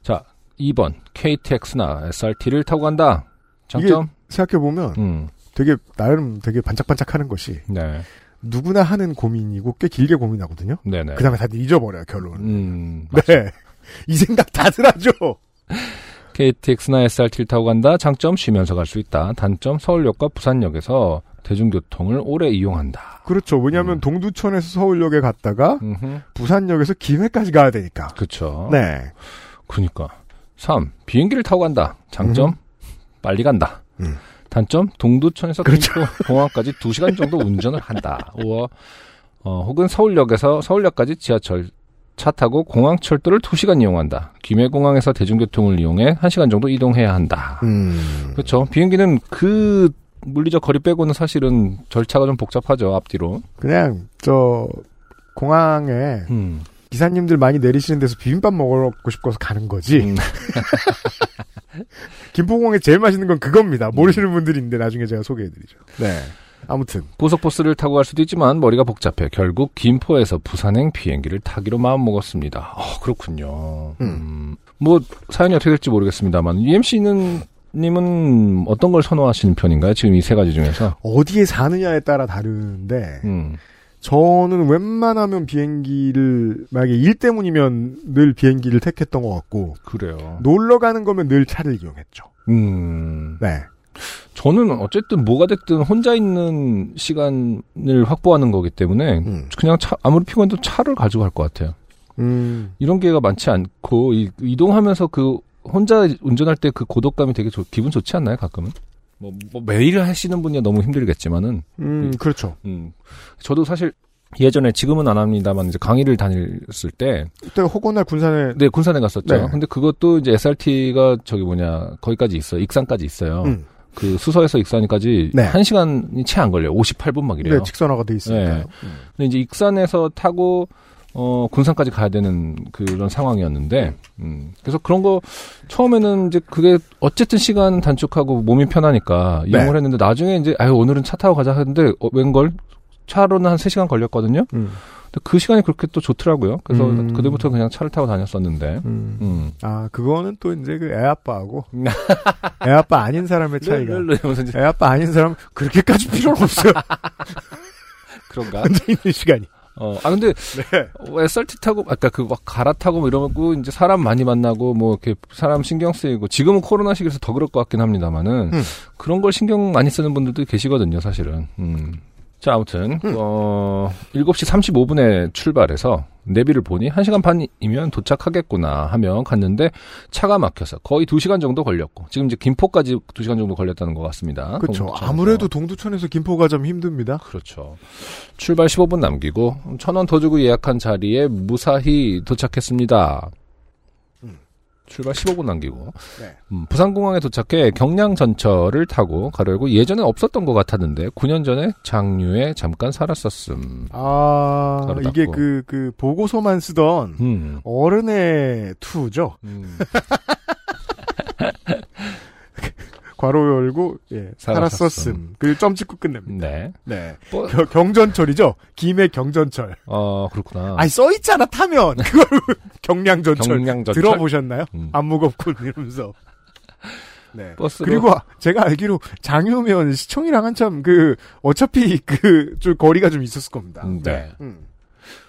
자, 2번 KTX나 SRT를 타고 간다. 장점? 생각해보면 음. 되게 나름 되게 반짝반짝하는 것이 네. 누구나 하는 고민이고 꽤 길게 고민하거든요. 네, 네. 그 다음에 다들 잊어버려요 결론은. 음. 네. 이 생각 다들 하죠. KTX나 SRT를 타고 간다. 장점 쉬면서 갈 수 있다. 단점 서울역과 부산역에서 대중교통을 오래 이용한다. 그렇죠. 왜냐하면 음. 동두천에서 서울역에 갔다가 음흠. 부산역에서 김해까지 가야 되니까. 그렇죠. 네. 그러니까. 3. 비행기를 타고 간다. 장점? 빨리 간다. 음. 단점? 동두천에서 그렇죠. 김포 공항까지 2시간 정도 운전을 한다. 우와. 어, 혹은 서울역에서 서울역까지 지하철 차 타고 공항 철도를 2시간 이용한다. 김해공항에서 대중교통을 이용해 1시간 정도 이동해야 한다. 음. 그렇죠. 비행기는 그 물리적 거리 빼고는 사실은 절차가 좀 복잡하죠. 앞뒤로. 그냥 저 공항에 음. 기사님들 많이 내리시는 데서 비빔밥 먹고 싶어서 가는 거지. 음. 김포공항에 제일 맛있는 건 그겁니다. 모르시는 분들인데 나중에 제가 소개해드리죠. 네. 아무튼 고속버스를 타고 갈 수도 있지만 머리가 복잡해 결국 김포에서 부산행 비행기를 타기로 마음먹었습니다. 어, 그렇군요. 음, 뭐 사연이 어떻게 될지 모르겠습니다만 UMC는 님은 어떤 걸 선호하시는 편인가요? 지금 이 세 가지 중에서. 어디에 사느냐에 따라 다른데 음. 저는 웬만하면 비행기를 만약에 일 때문이면 늘 비행기를 택했던 것 같고 그래요. 놀러 가는 거면 늘 차를 이용했죠. 음. 네. 저는 어쨌든 뭐가 됐든 혼자 있는 시간을 확보하는 거기 때문에 음. 그냥 차 아무리 피곤해도 차를 가지고 갈 것 같아요. 음. 이런 기회가 많지 않고 이, 동하면서그 혼자 운전할 때 그 고독감이 되게 좋- 기분 좋지 않나요 가끔은? 뭐, 뭐 매일 하시는 분이 너무 힘들겠지만은 음, 그렇죠. 음, 저도 사실 예전에 지금은 안 합니다만 이제 강의를 다녔을 때 그때 호건날 군산에 네, 군산에 갔었죠. 네. 근데 그것도 이제 SRT가 저기 뭐냐 거기까지 있어요. 익산까지 있어요. 음. 그 수서에서 익산까지 네. 한 시간이 채 안 걸려요. 58분 막 이래요. 네, 직선화가 돼 있으니까요. 네. 근데 이제 익산에서 타고 어 군산까지 가야 되는 그런 상황이었는데 음 그래서 그런 거 처음에는 이제 그게 어쨌든 시간 단축하고 몸이 편하니까 네. 이용을 했는데 나중에 이제 아유 오늘은 차 타고 가자 했는데 어, 웬걸 차로는 한 3시간 걸렸거든요. 음. 근데 그 시간이 그렇게 또 좋더라고요. 그래서 음. 그때부터 그냥 차를 타고 다녔었는데. 음. 음. 아, 그거는 또 이제 그 애아빠하고 애아빠 아닌 사람의 차이가. 룰룰루 이러면서 이제 애아빠 아닌 사람은 그렇게까지 필요는 없어요. 그런가? 앉아있는 시간이. 어, 아 근데 어, SRT 타고 아까 그 막 갈아타고 뭐 이러고 이제 사람 많이 만나고 뭐 이렇게 사람 신경 쓰이고 지금은 코로나 시기라서 더 그럴 것 같긴 합니다만은 음. 그런 걸 신경 많이 쓰는 분들도 계시거든요, 사실은. 음. 자, 아무튼 음. 어 7시 35분에 출발해서 내비를 보니 1시간 반이면 도착하겠구나 하며 갔는데 차가 막혀서 거의 2시간 정도 걸렸고 지금 이제 김포까지 2시간 정도 걸렸다는 것 같습니다. 그렇죠. 동두천에서. 아무래도 동두천에서 김포 가자면 힘듭니다. 그렇죠. 출발 15분 남기고 천 원 더 주고 예약한 자리에 무사히 도착했습니다. 출발 15분 남기고 네. 음, 부산공항에 도착해 경량전철을 타고 가려고 예전엔 없었던 것 같았는데 9년 전에 장류에 잠깐 살았었음. 아, 가로 이게 닫고. 그, 그, 보고서만 쓰던 음. 어른의 투죠. 음. 괄호 열고, 예, 살았었음. 살았었음. 그 점 찍고 끝냅니다. 네. 네. 뭐, 겨- 경전철이죠? 김해 경전철. 어 그렇구나. 아니, 써있잖아, 타면. 그걸 경량전철. 경량전철? 들어보셨나요? 음. 뭐, 안 무겁군, 이러면서. 네. 버스로 그리고 아- 제가 알기로 장유면 시청이랑 한참 그, 어차피 그, 좀 거리가 좀 있었을 겁니다. 음, 네. 음.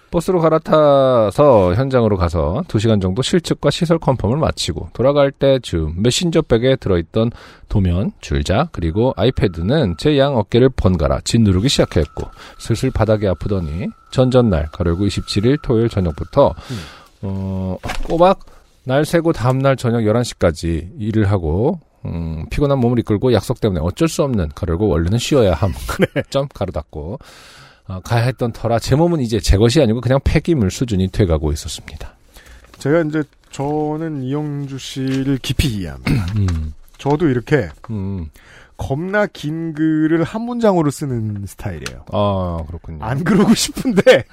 버스로 갈아타서 현장으로 가서 2시간 정도 실측과 시설 컨펌을 마치고 돌아갈 때쯤 메신저 백에 들어있던 도면, 줄자, 그리고 아이패드는 제 양 어깨를 번갈아 짓누르기 시작했고 슬슬 바닥이 아프더니 전전날 가려고 27일 토요일 저녁부터 어, 꼬박 날 새고 다음날 저녁 11시까지 일을 하고 음, 피곤한 몸을 이끌고 약속 때문에 어쩔 수 없는 가르고 원래는 쉬어야 함. 네. 점 가로 닫고 아, 가야 했던 터라 제 몸은 이제 제 것이 아니고 그냥 폐기물 수준이 돼가고 있었습니다. 제가 이제 저는 이영주 씨를 깊이 이해합니다. 음, 저도 이렇게 음, 겁나 긴 글을 한 문장으로 쓰는 스타일이에요. 아 그렇군요. 안 그러고 싶은데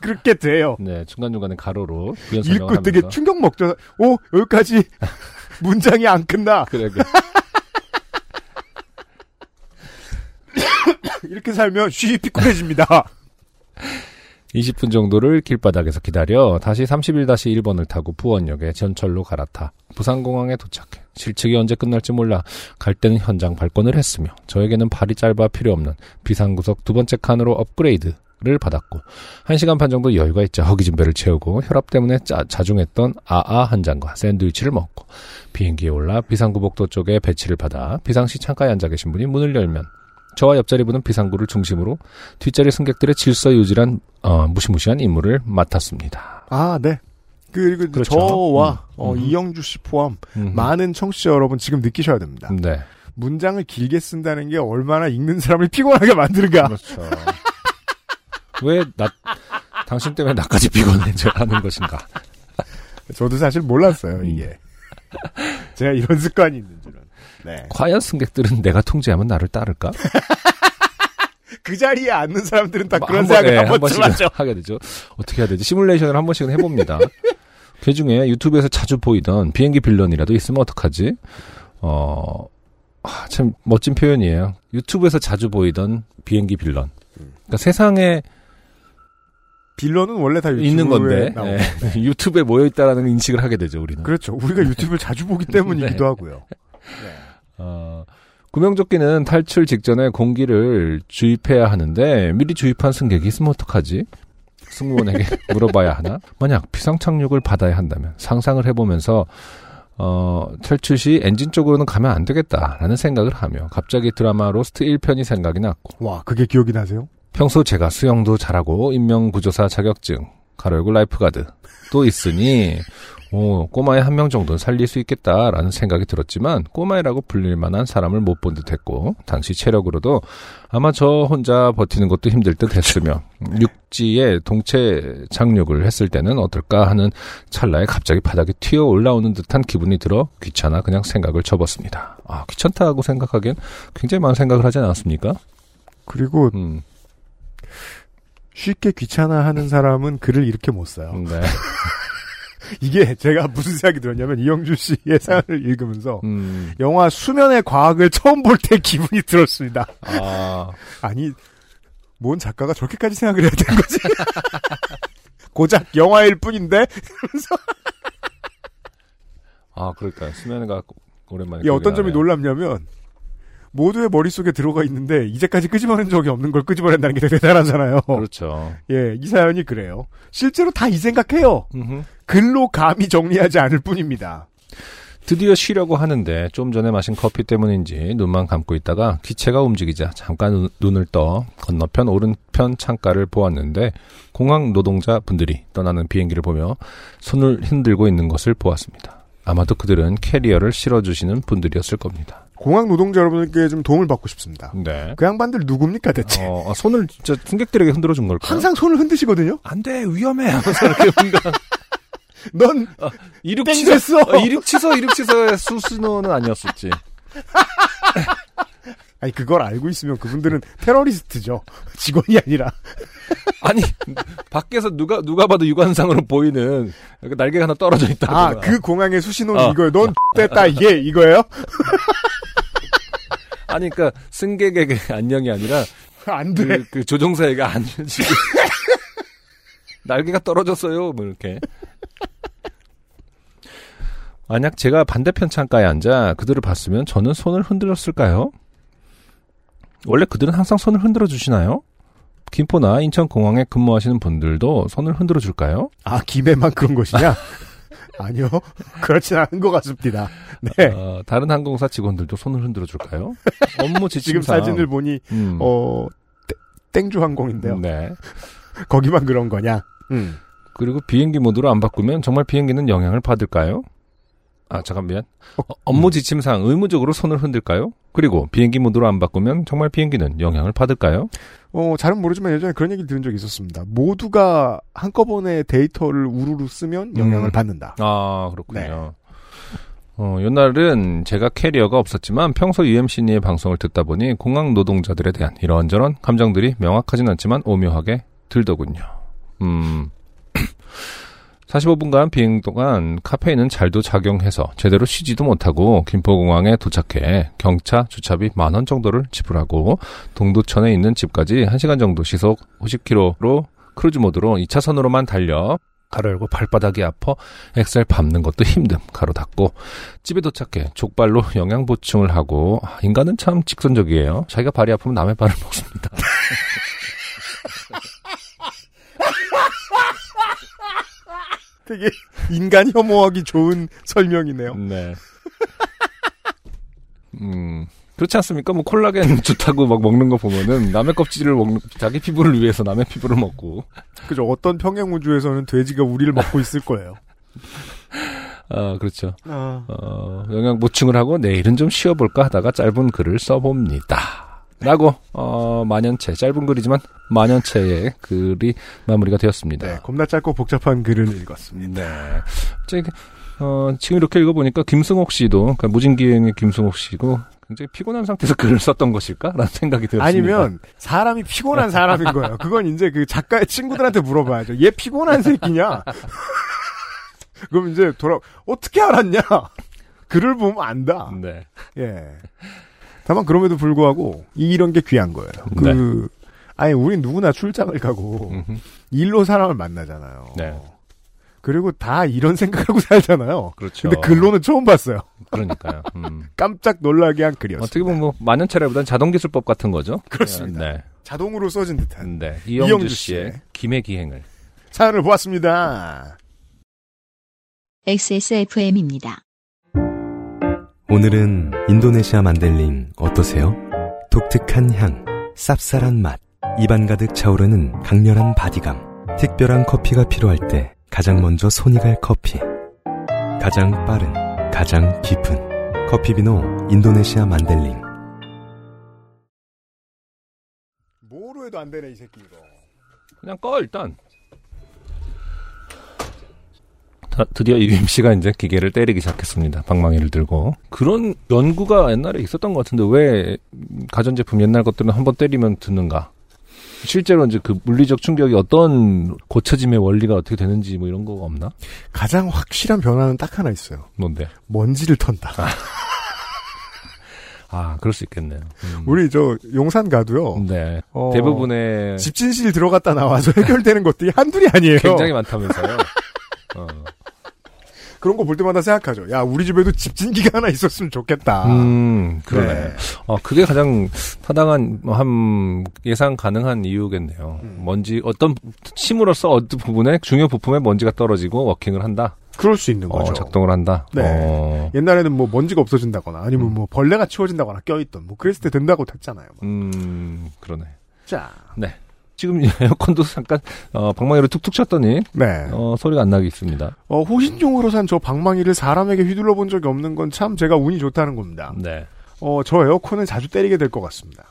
그렇게 돼요. 네 중간 중간에 가로로 구현 설명을 읽고 되게 하면서. 충격 먹죠. 오 여기까지 문장이 안 끝나 그래 그 이렇게 살면 쉬이 피곤해집니다. 20분 정도를 길바닥에서 기다려 다시 31-1번을 타고 부원역에 전철로 갈아타 부산공항에 도착해 실측이 언제 끝날지 몰라 갈 때는 현장 발권을 했으며 저에게는 발이 짧아 필요 없는 비상구석 두 번째 칸으로 업그레이드를 받았고 1시간 반 정도 여유가 있자 허기진배를 채우고 혈압 때문에 짜, 자중했던 아아 한 잔과 샌드위치를 먹고 비행기에 올라 비상구복도 쪽에 배치를 받아 비상시 창가에 앉아 계신 분이 문을 열면 저와 옆자리 분은 비상구를 중심으로 뒷자리 승객들의 질서유지란 어, 무시무시한 임무를 맡았습니다. 아 네. 그리고 이제 그렇죠. 저와 어, 음. 이영주 씨 포함 음. 많은 청취자 여러분 지금 느끼셔야 됩니다. 네. 문장을 길게 쓴다는 게 얼마나 읽는 사람을 피곤하게 만드는가. 그렇죠. 왜 나, 당신 때문에 나까지 피곤해져 하는 것인가. 저도 사실 음. 몰랐어요 이게. 제가 이런 습관이 있는 줄은. 네. 과연 승객들은 내가 통제하면 나를 따를까? 그 자리에 앉는 사람들은 다 아, 그런 한 번- 생각을 예, 한 번쯤 하죠. 번씩은 하게 되죠. 어떻게 해야 되지? 시뮬레이션을 한 번씩은 해봅니다. 그 중에 유튜브에서 자주 보이던 비행기 빌런이라도 있으면 어떡하지? 어, 아, 참 멋진 표현이에요. 유튜브에서 자주 보이던 비행기 빌런. 그러니까 세상에 빌런은 원래 다 유튜브에 있는 건데 나오고. 예. 유튜브에 모여 있다라는 인식을 하게 되죠 우리는. 그렇죠. 우리가 유튜브를 자주 보기 때문이기도 네. 하고요. 어, 구명조끼는 탈출 직전에 공기를 주입해야 하는데 미리 주입한 승객이 있으면 어떡하지? 승무원에게 물어봐야 하나? 만약 비상착륙을 받아야 한다면 상상을 해보면서 어, 탈출 시 엔진 쪽으로는 가면 안 되겠다라는 생각을 하며 갑자기 드라마 로스트 1편이 생각이 났고 와, 그게 기억이 나세요? 평소 제가 수영도 잘하고 인명구조사 자격증, 가로열고 라이프가드 또 있으니 오, 꼬마애 한 명 정도는 살릴 수 있겠다라는 생각이 들었지만 꼬마애라고 불릴 만한 사람을 못 본 듯했고 당시 체력으로도 아마 저 혼자 버티는 것도 힘들 듯했으며 육지에 동체 착륙을 했을 때는 어떨까 하는 찰나에 갑자기 바닥이 튀어 올라오는 듯한 기분이 들어 귀찮아 그냥 생각을 접었습니다. 아 귀찮다고 생각하기엔 굉장히 많은 생각을 하지 않았습니까? 그리고 음, 쉽게 귀찮아하는 사람은 글을 이렇게 못 써요. 네. 이게 제가 무슨 생각이 들었냐면 이영주 씨의 사연을 읽으면서 음. 영화 수면의 과학을 처음 볼 때 기분이 들었습니다. 아, 아니, 뭔 작가가 저렇게까지 생각을 해야 되는 거지? 고작 영화일 뿐인데 아 그럴까요? 수면과 오랜만에. 이게 어떤 그러긴 점이 하네요. 놀랍냐면 모두의 머릿속에 들어가 있는데 이제까지 끄집어낸 적이 없는 걸 끄집어낸다는 게 되게 대단하잖아요. 그렇죠. 예, 이 사연이 그래요. 실제로 다 이 생각해요. 음흠. 글로 감히 정리하지 않을 뿐입니다. 드디어 쉬려고 하는데 좀 전에 마신 커피 때문인지 눈만 감고 있다가 기체가 움직이자 잠깐 눈- 눈을 떠 건너편 오른편 창가를 보았는데 공항 노동자 분들이 떠나는 비행기를 보며 손을 흔들고 있는 것을 보았습니다. 아마도 그들은 캐리어를 실어주시는 분들이었을 겁니다. 공항 노동자 여러분께 좀 도움을 받고 싶습니다. 네. 그 양반들 누굽니까 대체? 어, 아, 손을 진짜 승객들에게 흔들어 준 걸까요? 항상 손을 흔드시거든요. 안 돼, 위험해. 하면서 이렇게 뭔가 넌 이륙 땡 취소, 됐어. 어, 이륙 취소, 이륙 취소의 수순호는 아니었을지. 아니 그걸 알고 있으면 그분들은 테러리스트죠. 직원이 아니라 아니 밖에서 누가 누가 봐도 육안상으로 보이는 그 날개가 하나 떨어져 있다. 아 그 공항의 수신호는 어. 이거예요. 넌 됐다 얘 이거예요? 아니 그러니까 승객에게 안녕이 아니라 안 돼. 그, 그 조종사에게 안녕지고 날개가 떨어졌어요. 뭐 이렇게. 만약 제가 반대편 창가에 앉아 그들을 봤으면 저는 손을 흔들었을까요? 원래 그들은 항상 손을 흔들어 주시나요? 김포나 인천공항에 근무하시는 분들도 손을 흔들어 줄까요? 아 김에만 그런 것이냐? 아니요, 그렇진 않은 것 같습니다. 네. 어, 다른 항공사 직원들도 손을 흔들어 줄까요? 업무 지금 지침상 사진을 보니 음, 어 땡, 주 항공인데요. 네. 거기만 그런 거냐? 음. 그리고 비행기 모드로 안 바꾸면 정말 비행기는 영향을 받을까요? 아, 잠깐 미안. 어, 업무 지침상 의무적으로 손을 흔들까요? 그리고 비행기 모드로 안 바꾸면 정말 비행기는 영향을 받을까요? 어, 잘은 모르지만 예전에 그런 얘기를 들은 적이 있었습니다. 모두가 한꺼번에 데이터를 우르르 쓰면 영향을 음. 받는다. 아, 그렇군요. 어, 옛날은 제가 캐리어가 없었지만 평소 UMC니의 방송을 듣다 보니 공항 노동자들에 대한 이런저런 감정들이 명확하진 않지만 오묘하게 들더군요. 음. 45분간 비행 동안 카페인은 잘도 작용해서 제대로 쉬지도 못하고 김포공항에 도착해 경차 주차비 만 원 정도를 지불하고 동두천에 있는 집까지 1시간 정도 시속 50km로 크루즈 모드로 2차선으로만 달려 가로 열고 발바닥이 아파 엑셀 밟는 것도 힘듦 가로 닫고 집에 도착해 족발로 영양 보충을 하고 아, 인간은 참 직선적이에요 자기가 발이 아프면 남의 발을 먹습니다 되게 인간 혐오하기 좋은 설명이네요. 네. 음 그렇지 않습니까 뭐 콜라겐 좋다고 막 먹는 거 보면은 남의 껍질을 먹는 자기 피부를 위해서 남의 피부를 먹고 그죠? 어떤 평행 우주에서는 돼지가 우리를 먹고 있을 거예요. 아 그렇죠 어, 영양 보충을 하고 내일은 좀 쉬어볼까 하다가 짧은 글을 써봅니다. 라고 어, 만연체 짧은 글이지만 만연체의 글이 마무리가 되었습니다. 네, 겁나 짧고 복잡한 글을 읽었습니다. 아. 네. 제, 어, 지금 이렇게 읽어보니까 김승옥 씨도, 그러니까 무진기행의 김승옥 씨고, 굉장히 피곤한 상태에서 글을 썼던 것일까? 라는 생각이 들었습니다. 아니면 사람이 피곤한 사람인 거예요. 그건 이제 그 작가의 친구들한테 물어봐야죠. 얘 피곤한 새끼냐? 그럼 이제 돌아 어떻게 알았냐? 글을 보면 안다. 네. 예. 다만 그럼에도 불구하고 이- 이런 게 귀한 거예요. 그 아니 우린 누구나 출장을 가고 음, 네. 음흠. 일로 사람을 만나잖아요. 네. 그리고 다 이런 생각하고 살잖아요. 그렇죠. 근데 글로는 처음 봤어요. 그러니까요. 음. 깜짝 놀라게 한 글이었어요. 어떻게 보면 뭐 만연체라기보다는 자동기술법 같은 거죠. 그렇습니다. 네. 자동으로 써진 듯한 네. 이영주 이영주, 씨의 씨의 김의 기행을. 사연을 보았습니다. XSFM입니다. 오늘은 인도네시아 만델링 어떠세요? 독특한 향, 쌉쌀한 맛, 입안 가득 차오르는 강렬한 바디감. 특별한 커피가 필요할 때 가장 먼저 손이 갈 커피. 가장 빠른, 가장 깊은 커피비노 인도네시아 만델링. 뭐로 해도 안 되네 이 새끼 이거. 그냥 꺼, 일단. 다- 드디어 이림 씨가 이제 기계를 때리기 시작했습니다. 방망이를 들고. 그런 연구가 옛날에 있었던 것 같은데 왜 음, 가전제품 옛날 것들은 한번 때리면 듣는가? 실제로 이제 그 물리적 충격이 어떤 고쳐짐의 원리가 어떻게 되는지 뭐 이런 거가 없나? 가장 확실한 변화는 딱 하나 있어요. 뭔데? 먼지를 턴다. 아, 그럴 수 있겠네요. 음. 우리 저 용산 가도요. 네. 어, 대부분의 집진실 들어갔다 나와서 해결되는 것들이 한둘이 아니에요. 굉장히 많다면서요. 어. 그런 거 볼 때마다 생각하죠. 야 우리 집에도 집진기가 하나 있었으면 좋겠다. 음, 그러네. 아. 네. 어, 그게 가장 타당한, 뭐, 한, 예상 가능한 이유겠네요. 음. 먼지, 어떤, 침으로써 어떤 부분에 중요 부품에 먼지가 떨어지고 워킹을 한다. 그럴 수 있는 어, 거죠. 작동을 한다. 네. 어, 옛날에는 뭐 먼지가 없어진다거나 아니면 뭐 벌레가 치워진다거나 껴있던 뭐 그랬을 때 된다고 했잖아요. 음, 그러네. 네. 자, 지금 에어컨도 잠깐, 어, 방망이로 툭툭 쳤더니, 네. 어, 소리가 안 나게 있습니다. 어, 호신용으로 산 저 방망이를 사람에게 휘둘러 본 적이 없는 건 참 제가 운이 좋다는 겁니다. 네. 어, 저 에어컨은 자주 때리게 될 것 같습니다.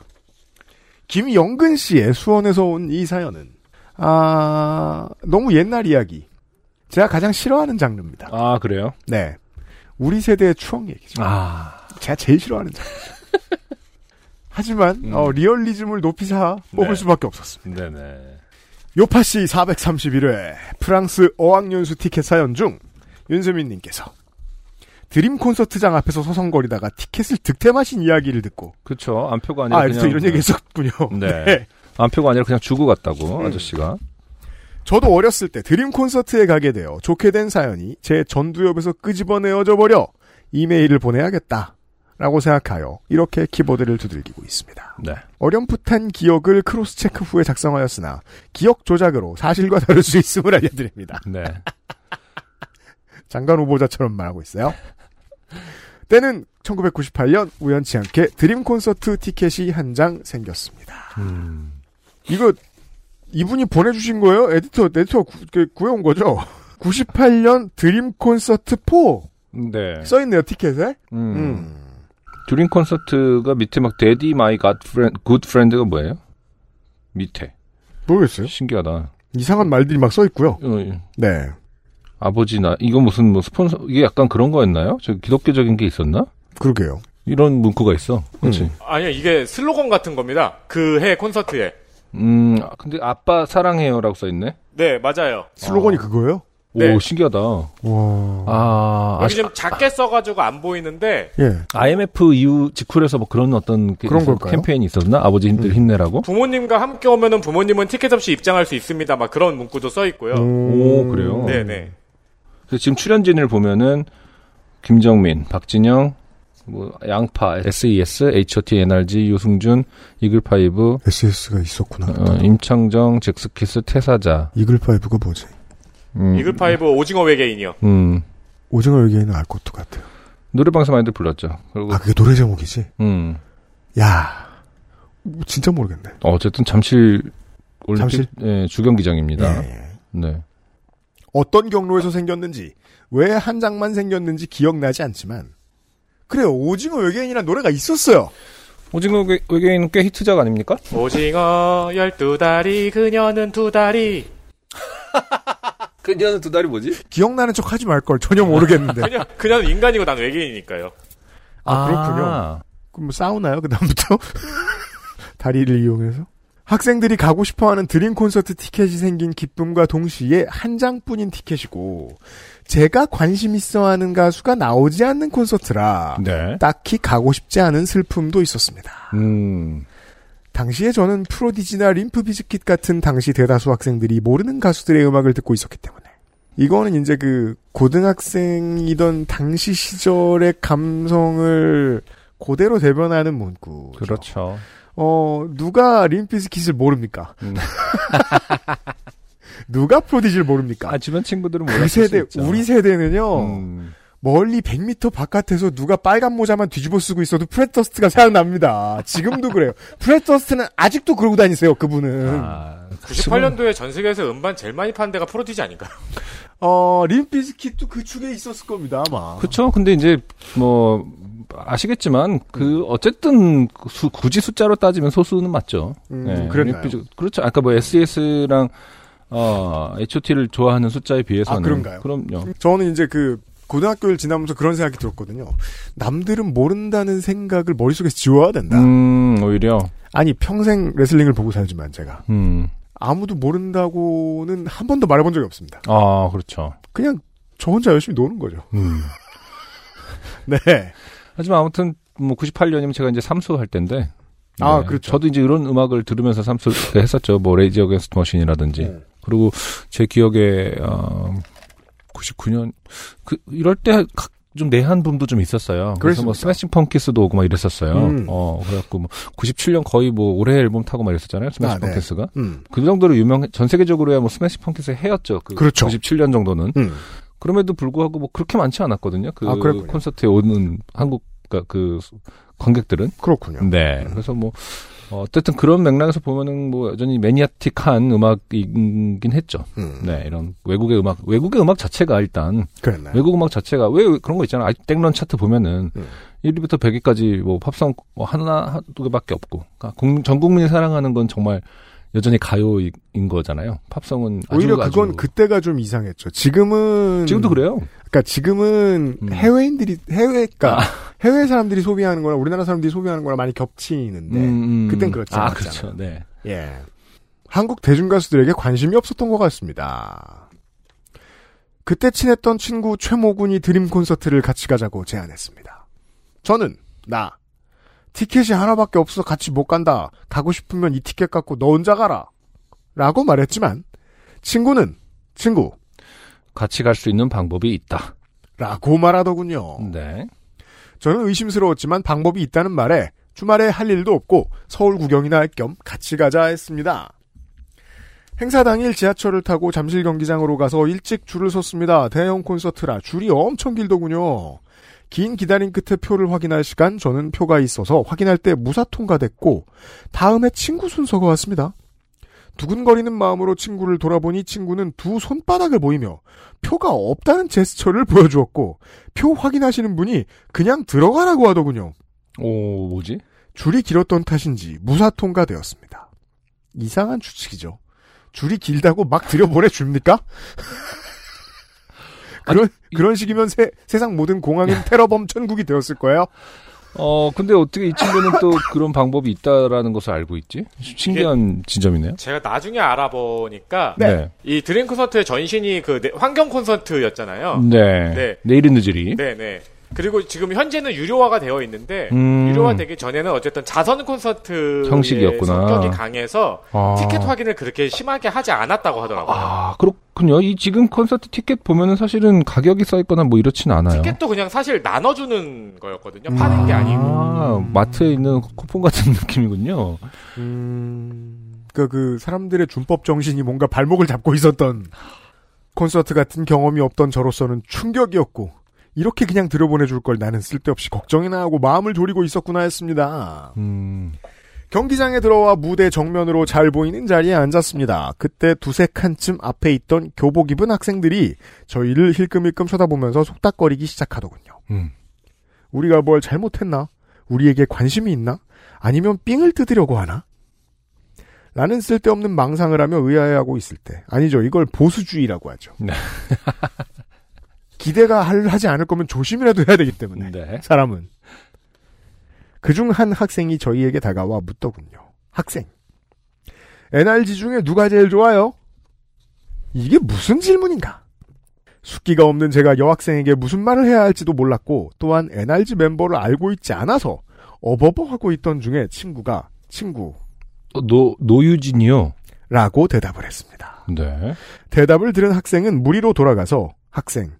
김영근 씨의 수원에서 온 이 사연은, 아, 너무 옛날 이야기. 제가 가장 싫어하는 장르입니다. 아, 그래요? 네. 우리 세대의 추억 얘기죠. 아, 제가 제일 싫어하는 장르. 하지만, 음. 어, 리얼리즘을 높이사 뽑을 네. 수밖에 없었습니다. 네네. 요파 씨 431회 프랑스 어학연수 티켓 사연 중 윤세민님께서 드림 콘서트장 앞에서 서성거리다가 티켓을 득템하신 이야기를 듣고 그쵸. 안표가 아니라. 아, 그래서 그냥, 이런 얘기 했었군요. 네. 안표가 아니라 그냥 주고 음. 갔다고, 아저씨가. 저도 어렸을 때 드림 콘서트에 가게 되어 좋게 된 사연이 제 전두엽에서 끄집어내어져 버려 이메일을 보내야겠다. 라고 생각하여 이렇게 키보드를 두들기고 있습니다. 네. 어렴풋한 기억을 크로스체크 후에 작성하였으나 기억 조작으로 사실과 다를 수 있음을 알려드립니다. 네. 장관 후보자처럼 말하고 있어요. 때는 1998년 우연치 않게 드림 콘서트 티켓이 한 장 생겼습니다. 음. 이거 이분이 보내주신 거예요? 에디터 에디터 구, 그, 구해온 거죠? 98년 드림 콘서트 4 네. 써있네요, 티켓에. 음. 음. 듀링 콘서트가 밑에 막 데디 마이 갓 프렌드 굿 프렌드가 뭐예요? 밑에. 모르겠어요. 신기하다. 이상한 말들이 막 써있고요. 어, 예. 네. 아버지 나 이거 무슨 뭐 스폰서 이게 약간 그런 거였나요? 저 기독교적인 게 있었나? 그러게요. 이런 문구가 있어. 그렇지. 아니요, 이게 슬로건 같은 겁니다. 그 해 콘서트에. 음. 아, 근데 아빠 사랑해요라고 써 있네. 네, 맞아요. 슬로건이 그거예요? 네. 오, 신기하다. 와. 아, 여기 좀 작게 써가지고 안 보이는데 예. IMF 이후 직후에서 뭐 그런 음. 어떤 게 그런 있었- 걸까요? 캠페인이 있었나? 아버지 힘들 힘내라고? 부모님과 함께 오면은 부모님은 티켓 없이 입장할 수 있습니다. 막 그런 문구도 써 있고요. 음. 오, 그래요? 네네. 그래서 지금 출연진을 보면은 김정민, 박진영, 뭐 양파, SES, HOT, NRG, 유승준, 이글파이브, SS가 있었구나. 어, 임창정, 잭스키스, 태사자. 이글파이브가 뭐지? 음, 이글파이브 오징어 외계인이요. 음. 오징어 여기에는 알 것도 같아요. 노래방에서 많이들 불렀죠. 그리고 아, 그게 노래 제목이지? 음. 야 진짜 모르겠네. 어쨌든 잠실 잠실? 올림픽 예, 주경 기장입니다. 예, 예. 네. 어떤 경로에서 생겼는지, 왜 한 장만 생겼는지 기억나지 않지만, 그래요. 오징어 외계인이란 노래가 있었어요. 오징어 외- 외계인은 꽤 히트작 아닙니까? 오징어 열두 다리 그녀는 두 다리. 그녀는 두 달이 뭐지? 기억나는 척 하지 말걸. 전혀 모르겠는데. 그냥 그녀는 인간이고 난 외계인이니까요. 아, 그렇군요. 그럼 뭐 싸우나요? 그다음부터? 다리를 이용해서? 학생들이 가고 싶어하는 드림 콘서트 티켓이 생긴 기쁨과 동시에 한 장뿐인 티켓이고 제가 관심 있어하는 가수가 나오지 않는 콘서트라 네. 딱히 가고 싶지 않은 슬픔도 있었습니다. 음. 당시에 저는 프로디지나 림프 비즈킷 같은 당시 대다수 학생들이 모르는 가수들의 음악을 듣고 있었기 때문에 이거는 이제 그 고등학생이던 당시 시절의 감성을 그대로 대변하는 문구. 그렇죠. 어 누가 림프 비즈킷을 모릅니까? 음. 누가 프로디지를 모릅니까? 아, 주변 친구들은 몰랐을 그 세대 수 있죠. 우리 세대는요 음. 멀리 100m 바깥에서 누가 빨간 모자만 뒤집어 쓰고 있어도 프레터스트가 생각납니다. 지금도 그래요. 프레터스트는 아직도 그러고 다니세요. 그분은. 아, 98년도에 전 세계에서 음반 제일 많이 판 데가 프로디지 아닌가요? 어, 림피즈킷도 그 축에 있었을 겁니다, 아마. 그렇죠. 근데 이제 뭐 아시겠지만 음. 그 어쨌든 그 수- 굳이 숫자로 따지면 소수는 맞죠. 음, 네, 그랬나요? 뮤직비디오- 그렇죠. 아까 뭐 SES랑 어, H.O.T.를 좋아하는 숫자에 비해서는 아, 그런가요? 그럼요. 저는 이제 그, 고등학교를 지나면서 그런 생각이 들었거든요. 남들은 모른다는 생각을 머릿속에서 지워야 된다. 음, 오히려 아니, 평생 레슬링을 보고 살지만 제가. 음. 아무도 모른다고는 한 번도 말해본 적이 없습니다. 아, 그렇죠. 그냥 저 혼자 열심히 노는 거죠. 음. 네. 하지만 아무튼 뭐 98년이면 제가 이제 삼수할 때인데 네. 아, 그렇죠. 저도 이제 이런 음악을 들으면서 삼수를 했었죠. 뭐 레이지 어게인스트 머신이라든지. 네. 그리고 제 기억에 어, 99년 그 이럴 때 좀 내한 붐도 좀 있었어요. 그래서 뭐 그랬습니까? 스매싱 펑키스도 오고 막 이랬었어요. 음. 어 그래갖고 뭐 97년 거의 뭐 올해 앨범 타고 막 이랬었잖아요. 스매싱 아, 네. 펑키스가 음. 그 정도로 유명 전 세계적으로야 뭐 스매싱 펑키스의 해였죠. 그 그렇죠. 97년 정도는 음. 그럼에도 불구하고 뭐 그렇게 많지 않았거든요. 그 아, 그랬군요. 콘서트에 오는 한국 그러니까 그 관객들은 그렇군요. 네. 그래서 뭐 어, 어쨌든 그런 맥락에서 보면은 뭐 여전히 매니아틱한 음악이긴 했죠. 음. 네, 이런 외국의 음악 외국의 음악 자체가 일단 그랬나요? 외국 음악 자체가 왜 그런 거 있잖아. 아, 땡런 차트 보면은 네. 음. 1위부터 100위까지 뭐 팝송 뭐 하나 두 개밖에 없고 그러니까 국- 전 국민이 사랑하는 건 정말 여전히 가요인 거잖아요. 팝송은 아주 오히려 그건 아주- 그때가 좀 이상했죠. 지금은 지금도 그래요. 그러니까 지금은 음. 아. 해외인들이 해외 그러니까 해외 사람들이 소비하는 거랑 우리나라 사람들이 소비하는 거랑 많이 겹치는데 음, 음. 네. 그땐 그렇지 아, 그렇죠. 않았잖아요. 네. 예. 한국 대중가수들에게 관심이 없었던 것 같습니다. 그때 친했던 친구 최모군이 드림 콘서트를 같이 가자고 제안했습니다. 저는, 나, 티켓이 하나밖에 없어 같이 못 간다. 가고 싶으면 이 티켓 갖고 너 혼자 가라. 라고 말했지만, 친구는, 친구, 같이 갈 수 있는 방법이 있다. 라고 말하더군요. 네. 저는 의심스러웠지만 방법이 있다는 말에 주말에 할 일도 없고 서울 구경이나 할 겸 같이 가자 했습니다. 행사 당일 지하철을 타고 잠실 경기장으로 가서 일찍 줄을 섰습니다. 대형 콘서트라 줄이 엄청 길더군요. 긴 기다림 끝에 표를 확인할 시간 저는 표가 있어서 확인할 때 무사 통과됐고 다음에 친구 순서가 왔습니다. 두근거리는 마음으로 친구를 돌아보니 친구는 두 손바닥을 보이며 표가 없다는 제스처를 보여주었고 표 확인하시는 분이 그냥 들어가라고 하더군요. 오, 뭐지? 줄이 길었던 탓인지 무사 통과되었습니다. 이상한 추측이죠. 줄이 길다고 막 들여보내 줍니까? 그런 그런 식이면 세, 세상 모든 공항은 테러범 천국이 되었을 거예요. 어, 근데 어떻게 이 친구는 또 그런 방법이 있다라는 것을 알고 있지? 신기한 지점이네요. 제가 나중에 알아보니까 네. 이 드림 콘서트의 전신이 그 네- 환경 콘서트였잖아요. 네. 네. 내일은 늦으리. 네네. 그리고 지금 현재는 유료화가 되어 있는데 음. 유료화되기 전에는 어쨌든 자선 콘서트 형식이었구나. 성격이 강해서 아. 티켓 확인을 그렇게 심하게 하지 않았다고 하더라고요. 아, 그렇군요. 이 지금 콘서트 티켓 보면은 사실은 가격이 써있거나 뭐 이렇진 않아요. 티켓도 그냥 사실 나눠주는 거였거든요. 파는 게 아니고. 아, 마트에 있는 쿠폰 같은 느낌이군요. 그러니까 그 사람들의 준법 정신이 뭔가 발목을 잡고 있었던 콘서트 같은 경험이 없던 저로서는 충격이었고 이렇게 그냥 들여보내 줄 걸 나는 쓸데없이 걱정이나 하고 마음을 졸이고 있었구나 했습니다. 음, 경기장에 들어와 무대 정면으로 잘 보이는 자리에 앉았습니다. 그때 두세 칸쯤 앞에 있던 교복 입은 학생들이 저희를 힐끔힐끔 쳐다보면서 속닥거리기 시작하더군요. 음. 우리가 뭘 잘못했나? 우리에게 관심이 있나? 아니면 삥을 뜯으려고 하나? 라는 쓸데없는 망상을 하며 의아해하고 있을 때 아니죠 이걸 보수주의라고 하죠. 네. 기대가 할- 하지 않을 거면 조심이라도 해야 되기 때문에 네. 사람은 그 중 한 학생이 저희에게 다가와 묻더군요. 학생. NRG 중에 누가 제일 좋아요? 이게 무슨 질문인가? 숫기가 없는 제가 여학생에게 무슨 말을 해야 할지도 몰랐고 또한 NRG 멤버를 알고 있지 않아서 어버버하고 있던 중에 친구가 친구라고 어, 노, 노유진이요? 대답을 했습니다. 네. 대답을 들은 학생은 무리로 돌아가서 학생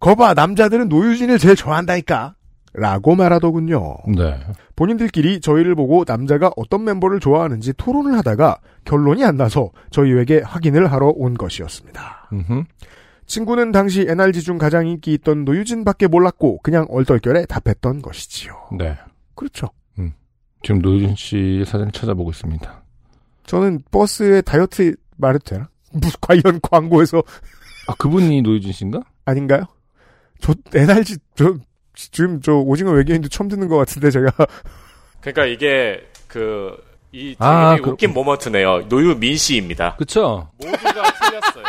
거봐 남자들은 노유진을 제일 좋아한다니까 라고 말하더군요. 네. 본인들끼리 저희를 보고 남자가 어떤 멤버를 좋아하는지 토론을 하다가 결론이 안 나서 저희에게 확인을 하러 온 것이었습니다. 음흠. 친구는 당시 NRG 중 가장 인기 있던 노유진밖에 몰랐고 그냥 얼떨결에 답했던 것이지요. 네. 그렇죠. 지금 노유진 씨의 사진을 찾아보고 있습니다. 저는 버스에 다이어트 말해도 되나? 무슨 관련 광고에서 아, 그분이 노유진 씨인가? 아닌가요? 저 NRG 저 지금 저 오징어 외계인도 처음 듣는 것 같은데 제가 그러니까 이게 그. 이 아, 되게 그- 웃긴 모먼트네요. 노유민 씨입니다. 그쵸? 모두가 틀렸어요.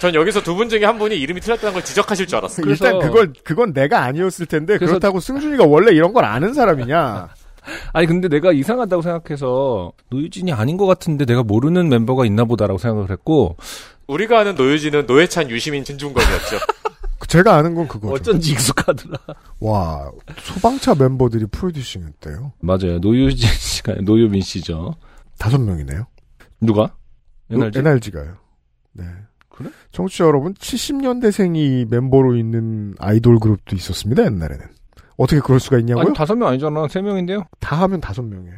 전 여기서 두 분 중에 한 분이 이름이 틀렸다는 걸 지적하실 줄 알았어요. 그래서- 일단 그걸 그건 내가 아니었을 텐데 그래서- 그렇다고 승준이가 원래 이런 걸 아는 사람이냐? 아니 근데 내가 이상하다고 생각해서 노유진이 아닌 것 같은데 내가 모르는 멤버가 있나 보다라고 생각을 했고 우리가 아는 노유진은 노회찬, 유시민, 진중권이었죠. 제가 아는 건 그거죠. 어쩐지 익숙하더라. 와 소방차 멤버들이 프로듀싱 했대요. 맞아요. 노유진 씨가 노유민 씨죠. 다섯 명이네요. 누가? 옛날에 NRG가요. 네. 그래? 청취자 여러분 70년대생이 멤버로 있는 아이돌 그룹도 있었습니다 옛날에는. 어떻게 그럴 수가 있냐고요? 아니 다섯 명 아니잖아. 세 명인데요. 다 하면 다섯 명이에요.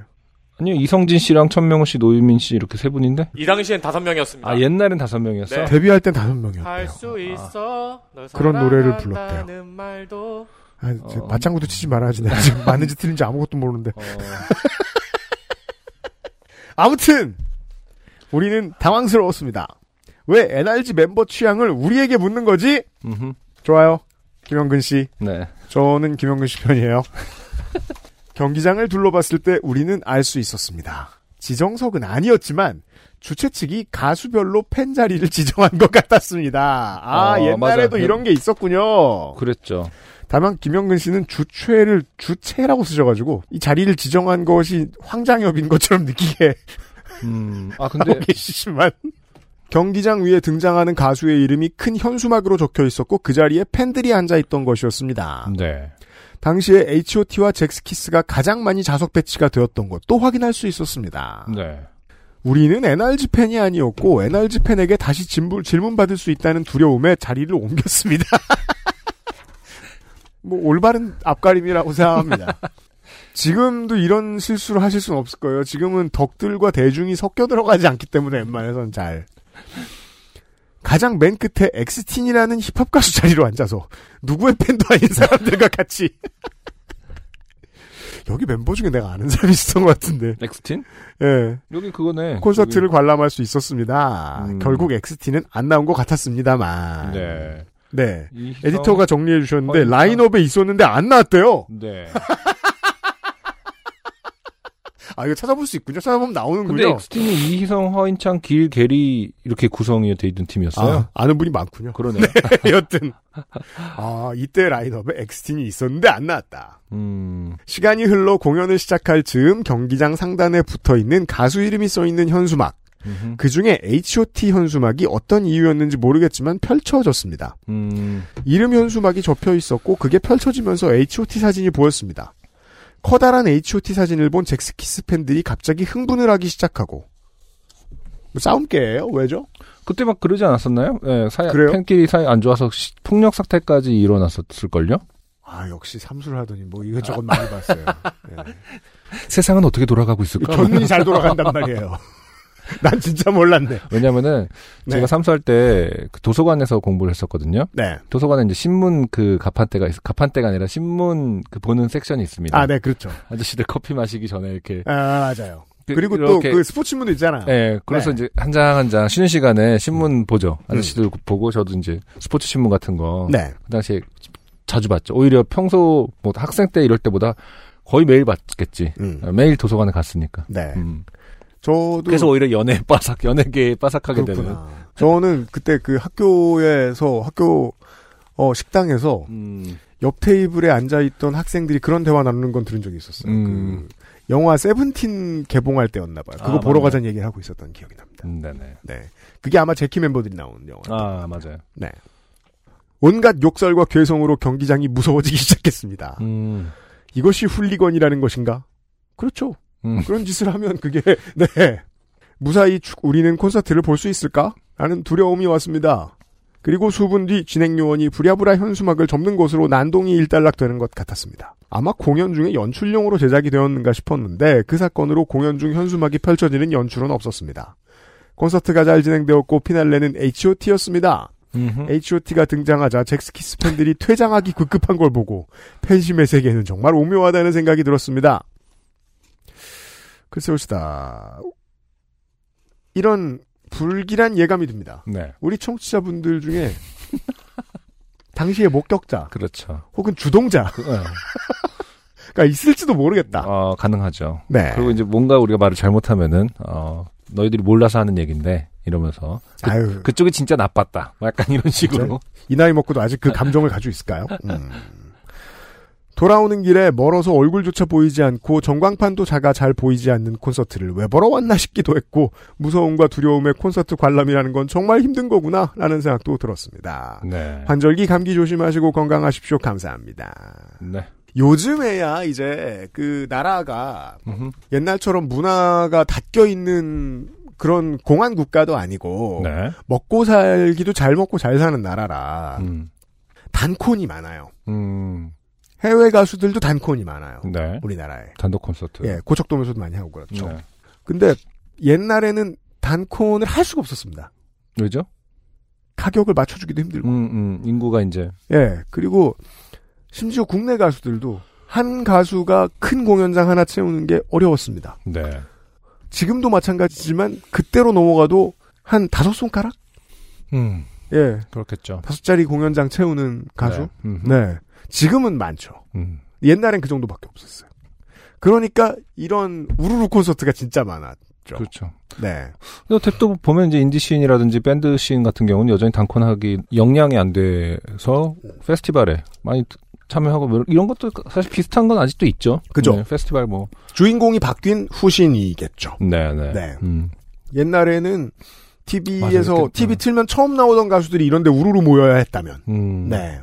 아니요 이성진 씨랑 천명호 씨, 노유민 씨 이렇게 세 분인데. 이 당시엔 다섯 명이었습니다. 예. 아 옛날엔 다섯 명이었어. 네. 데뷔할 땐 다섯 명이었대요. 할수 있어. 널 아. 그런 노래를 사랑한다는 불렀대요. 말도. 아, 이제 어. 맞장구도 치지 말아야지. 내가 지금 맞는지 틀린지 아무것도 모르는데. 어, 아무튼 우리는 당황스러웠습니다. 왜 NRG 멤버 취향을 우리에게 묻는 거지? 음흠. 좋아요. 김영근 씨. 네. 저는 김영근 씨 편이에요. 경기장을 둘러봤을 때 우리는 알 수 있었습니다. 지정석은 아니었지만 주최 측이 가수별로 팬 자리를 지정한 것 같았습니다. 아, 아, 옛날에도 맞아. 이런 게 있었군요. 그랬죠. 다만 김영근 씨는 주최를 주최라고 쓰셔가지고 이 자리를 지정한 것이 황장엽인 것처럼 느끼게 음. 아 하고 근데 계시지만 경기장 위에 등장하는 가수의 이름이 큰 현수막으로 적혀 있었고 그 자리에 팬들이 앉아 있던 것이었습니다. 네. 당시에 H.O.T와 잭스키스가 가장 많이 좌석 배치가 되었던 것도 확인할 수 있었습니다. 네. 우리는 NRG 팬이 아니었고 NRG 팬에게 다시 질문, 받을 수 있다는 두려움에 자리를 옮겼습니다. 뭐 올바른 앞가림이라고 생각합니다. 지금도 이런 실수를 하실 수는 없을 거예요. 지금은 덕들과 대중이 섞여 들어가지 않기 때문에 웬만해서는 잘. 가장 맨 끝에 엑스틴이라는 힙합 가수 자리로 앉아서 누구의 팬도 아닌 사람들과 같이 여기 멤버 중에 내가 아는 사람이 있었던 것 같은데. 엑스틴? 예. 여기 그거네. 콘서트를 관람할 수 있었습니다. 음. 결국 엑스티는 안 나온 것 같았습니다만. 여기. 네. 네. 이희성- 에디터가 정리해 주셨는데 허인상. 라인업에 있었는데 안 나왔대요. 네. 아 이거 찾아볼 수 있군요. 찾아보면 근데 나오는군요. 엑스틴이 이희성, 허인창, 길, 게리 이렇게 구성이 돼 있는 팀이었어요. 아, 아는 분이 많군요. 그러네. 여튼 아 이때 라인업에 엑스틴이 있었는데 안 나왔다. 음. 시간이 흘러 공연을 시작할 즈음 경기장 상단에 붙어 있는 가수 이름이 써 있는 현수막. 음흠. 그 중에 H.O.T 현수막이 어떤 이유였는지 모르겠지만 펼쳐졌습니다. 음. 이름 현수막이 접혀 있었고 그게 펼쳐지면서 H.O.T 사진이 보였습니다. 커다란 H.O.T 사진을 본 잭스키스 팬들이 갑자기 흥분을 하기 시작하고 뭐 싸움개예요? 왜죠? 그때 막 그러지 않았었나요? 예, 사이, 그래요? 팬끼리 사이 안 좋아서 시- 폭력 사태까지 일어났었을걸요? 아 역시 삼수를 하더니 뭐 이것저것 많이 봤어요. 세상은 어떻게 돌아가고 있을까? 견문이 잘 돌아간단 말이에요. 난 진짜 몰랐네. 왜냐면은 네. 제가 삼수할 때그 도서관에서 공부를 했었거든요. 네. 도서관에 이제 신문 그 가판대가 있어 가판대가 아니라 신문 그 보는 섹션이 있습니다. 아, 네, 그렇죠. 저씨들 커피 마시기 전에 이렇게 아, 맞아요. 그- 그리고 또 이렇게- 그 스포츠문도 있잖아요. 예, 그래서 네. 이제 한 장 한 장 쉬는 시간에 신문 보죠. 아저씨들 보고 저도 이제 스포츠 신문 같은 거. 네. 그 당시에 자주 봤죠. 오히려 평소 뭐 학생 때 이럴 때보다 거의 매일 봤겠지. 음. 매일 도서관에 갔으니까. 네. 네. 음. 저도 그래서 오히려 연애 빠삭, 연예계에 빠삭하게 되는. 저는 그때 그 학교에서 학교 어 식당에서 음. 옆 테이블에 앉아 있던 학생들이 그런 대화 나누는 건 들은 적이 있었어요. 음. 그 영화 세븐틴 개봉할 때였나 봐요. 그거 아, 보러 맞네. 가자는 얘기를 하고 있었던 기억이 납니다. 네네. 네. 그게 아마 제키 멤버들이 나온 영화. 아, 맞아요. 네. 온갖 욕설과 괴성으로 경기장이 무서워지기 시작했습니다. 음. 이것이 훌리건이라는 것인가? 그렇죠. 음. 그런 짓을 하면 그게 네 무사히 축- 우리는 콘서트를 볼 수 있을까? 라는 두려움이 왔습니다. 그리고 수분 뒤 진행 요원이 부랴부랴 현수막을 접는 것으로 난동이 일단락되는 것 같았습니다. 아마 공연 중에 연출용으로 제작이 되었는가 싶었는데 그 사건으로 공연 중 현수막이 펼쳐지는 연출은 없었습니다. 콘서트가 잘 진행되었고 피날레는 H.O.T.였습니다. 음흠. H.O.T가 등장하자 잭스키스 팬들이 퇴장하기 급급한 걸 보고 팬심의 세계는 정말 오묘하다는 생각이 들었습니다. 글쎄 봅시다. 이런 불길한 예감이 듭니다. 네. 우리 청취자분들 중에 당시의 목격자 그렇죠. 혹은 주동자가 그, 예. 있을지도 모르겠다. 어, 가능하죠. 네. 그리고 이제 뭔가 우리가 말을 잘못하면은 어, 너희들이 몰라서 하는 얘기인데 이러면서 그, 아유, 그쪽이 진짜 나빴다. 뭐 약간 이런 식으로. 이 나이 먹고도 아직 그 감정을 가지고 있을까요? 음. 돌아오는 길에 멀어서 얼굴조차 보이지 않고 전광판도 자가 잘 보이지 않는 콘서트를 왜 보러 왔나 싶기도 했고 무서움과 두려움의 콘서트 관람이라는 건 정말 힘든 거구나 라는 생각도 들었습니다. 네. 환절기 감기 조심하시고 건강하십시오. 감사합니다. 네. 요즘에야 이제 그 나라가 음흠. 옛날처럼 문화가 닫혀 있는 그런 공안 국가도 아니고 네. 먹고 살기도 잘 먹고 잘 사는 나라라 음. 단콘이 많아요. 음. 해외 가수들도 단콘이 많아요. 네. 우리나라에. 단독 콘서트. 예, 고척돔에서도 많이 하고 그렇죠. 네. 근데 옛날에는 단콘을 할 수가 없었습니다. 왜죠? 가격을 맞춰주기도 힘들고. 음, 음. 인구가 이제 예, 그리고 심지어 국내 가수들도 한 가수가 큰 공연장 하나 채우는 게 어려웠습니다. 네. 지금도 마찬가지지만 그때로 넘어가도 한 다섯 손가락? 음. 예, 그렇겠죠. 다섯 자리 공연장 채우는 가수? 네. 음흠. 네. 지금은 많죠. 음. 옛날엔 그 정도밖에 없었어요. 그러니까 이런 우르르 콘서트가 진짜 많았죠. 그렇죠. 네. 근데 탭도 보면 이제 인디 시인이라든지 밴드 시인 같은 경우는 여전히 단콘하기 역량이 안 돼서 페스티벌에 많이 참여하고 뭐 이런 것도 사실 비슷한 건 아직도 있죠. 그죠. 네, 페스티벌 뭐. 주인공이 바뀐 후신이겠죠. 네네. 네. 음. 옛날에는 TV에서 맞아요. TV 틀면 처음 나오던 가수들이 이런데 우르르 모여야 했다면. 음. 네.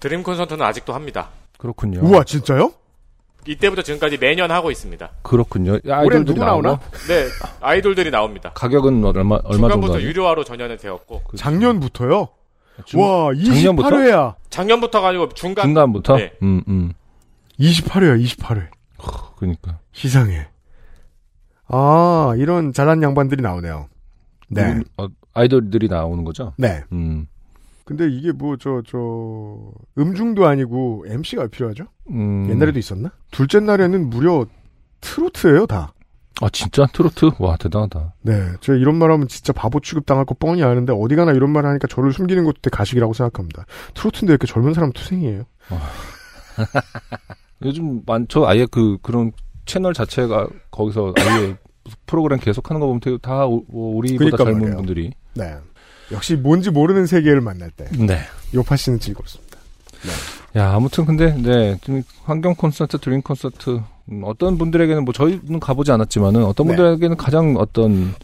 드림 콘서트는 아직도 합니다. 그렇군요. 우와 진짜요? 이때부터 지금까지 매년 하고 있습니다. 그렇군요. 올해는 아이돌들이 누구 나오나? 나오나? 네, 아이돌들이 나옵니다. 가격은 얼마 얼마 정도? 중간부터 하죠? 유료화로 전환이 되었고 그렇죠. 그- 작년부터요. 중- 와 작년부터? 28회야. 작년부터가 아니고 중간 중간부터. 네. 음, 음. 28회야 28회. 그러니까. 시상해. 아 이런 잘난 양반들이 나오네요. 네. 누구- 어, 아이돌들이 나오는 거죠? 네. 음. 근데 이게 뭐 저 저 음중도 아니고 MC가 필요하죠? 음. 옛날에도 있었나? 둘째 날에는 무려 트로트예요 다. 아 진짜 트로트 와 대단하다. 네, 제가 이런 말하면 진짜 바보 취급 당할 거 뻔히 아는데 어디 가나 이런 말 하니까 저를 숨기는 것도 되게 가식이라고 생각합니다. 트로트인데 이렇게 젊은 사람 투생이에요. 요즘 많죠. 아예 그 그런 채널 자체가 거기서 아예 프로그램 계속하는 거 보면 되게 다 우- 뭐 우리보다 그러니까 젊은 말이에요. 분들이. 네, 역시 뭔지 모르는 세계를 만날 때 네. 요파 씨는 즐겁습니다. 야 아무튼 근데 네 지금 환경 콘서트, 드림 콘서트 음, 어떤 분들에게는 뭐 저희는 가보지 않았지만은 어떤 네. 분들에게는 가장 어떤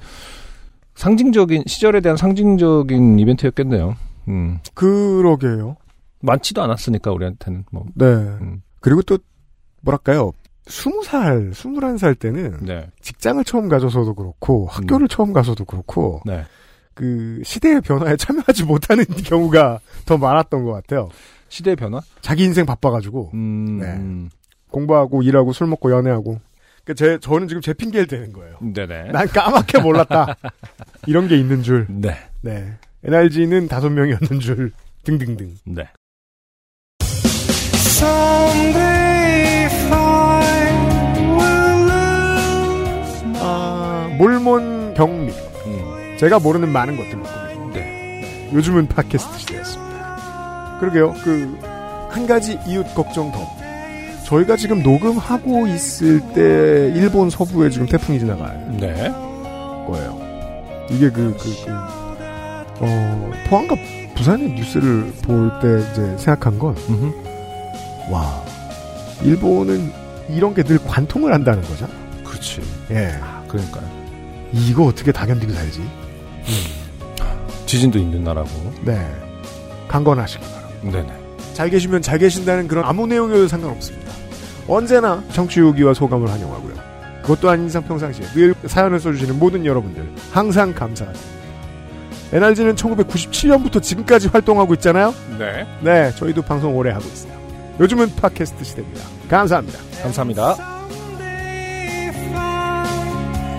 상징적인 시절에 대한 상징적인 이벤트였겠네요. 음 그러게요. 많지도 않았으니까 우리한테는 뭐. 네. 음. 그리고 또 뭐랄까요? 스무 살, 스물한 살 때는 네. 직장을 처음 가져서도 그렇고 학교를 처음 가서도 그렇고 네. 그 시대의 변화에 참여하지 못하는 경우가 더 많았던 것 같아요. 시대 의 변화? 자기 인생 바빠가지고 음. 네. 음, 공부하고 일하고 술 먹고 연애하고. 그러니까 제 저는 지금 제 핑계를 대는 거예요. 네네. 난 까맣게 몰랐다. 이런 게 있는 줄. 네. 네. NRG는 다섯 명이었는 줄. 등등등. 네. 아, 몰몬 경미. 음. 제가 모르는 많은 것들을 꾸며요. 요즘은 팟캐스트 시대였습니다. 그러게요. 그, 한 가지 이웃 걱정 더. 저희가 지금 녹음하고 있을 때, 일본 서부에 지금 태풍이 지나갈 네. 거예요. 이게 그, 그, 그, 어, 포항과 부산의 뉴스를 볼 때 이제 생각한 건, 음흠. 와, 일본은 이런 게 늘 관통을 한다는 거죠. 그렇지. 예. 그러니까요. 이거 어떻게 다 견디고 살지? 지진도 있는 나라고. 네. 강건하시길 바랍니다. 네네. 잘 계시면 잘 계신다는 그런 아무 내용이어도 상관없습니다. 언제나 청취 후기와 소감을 환영하고요. 그것도 아닌 이상 평상시에 늘 사연을 써주시는 모든 여러분들 항상 감사합니다. NRG는 1997년부터 지금까지 활동하고 있잖아요. 네. 네, 저희도 방송 오래 하고 있어요. 요즘은 팟캐스트 시대입니다. 감사합니다. 감사합니다.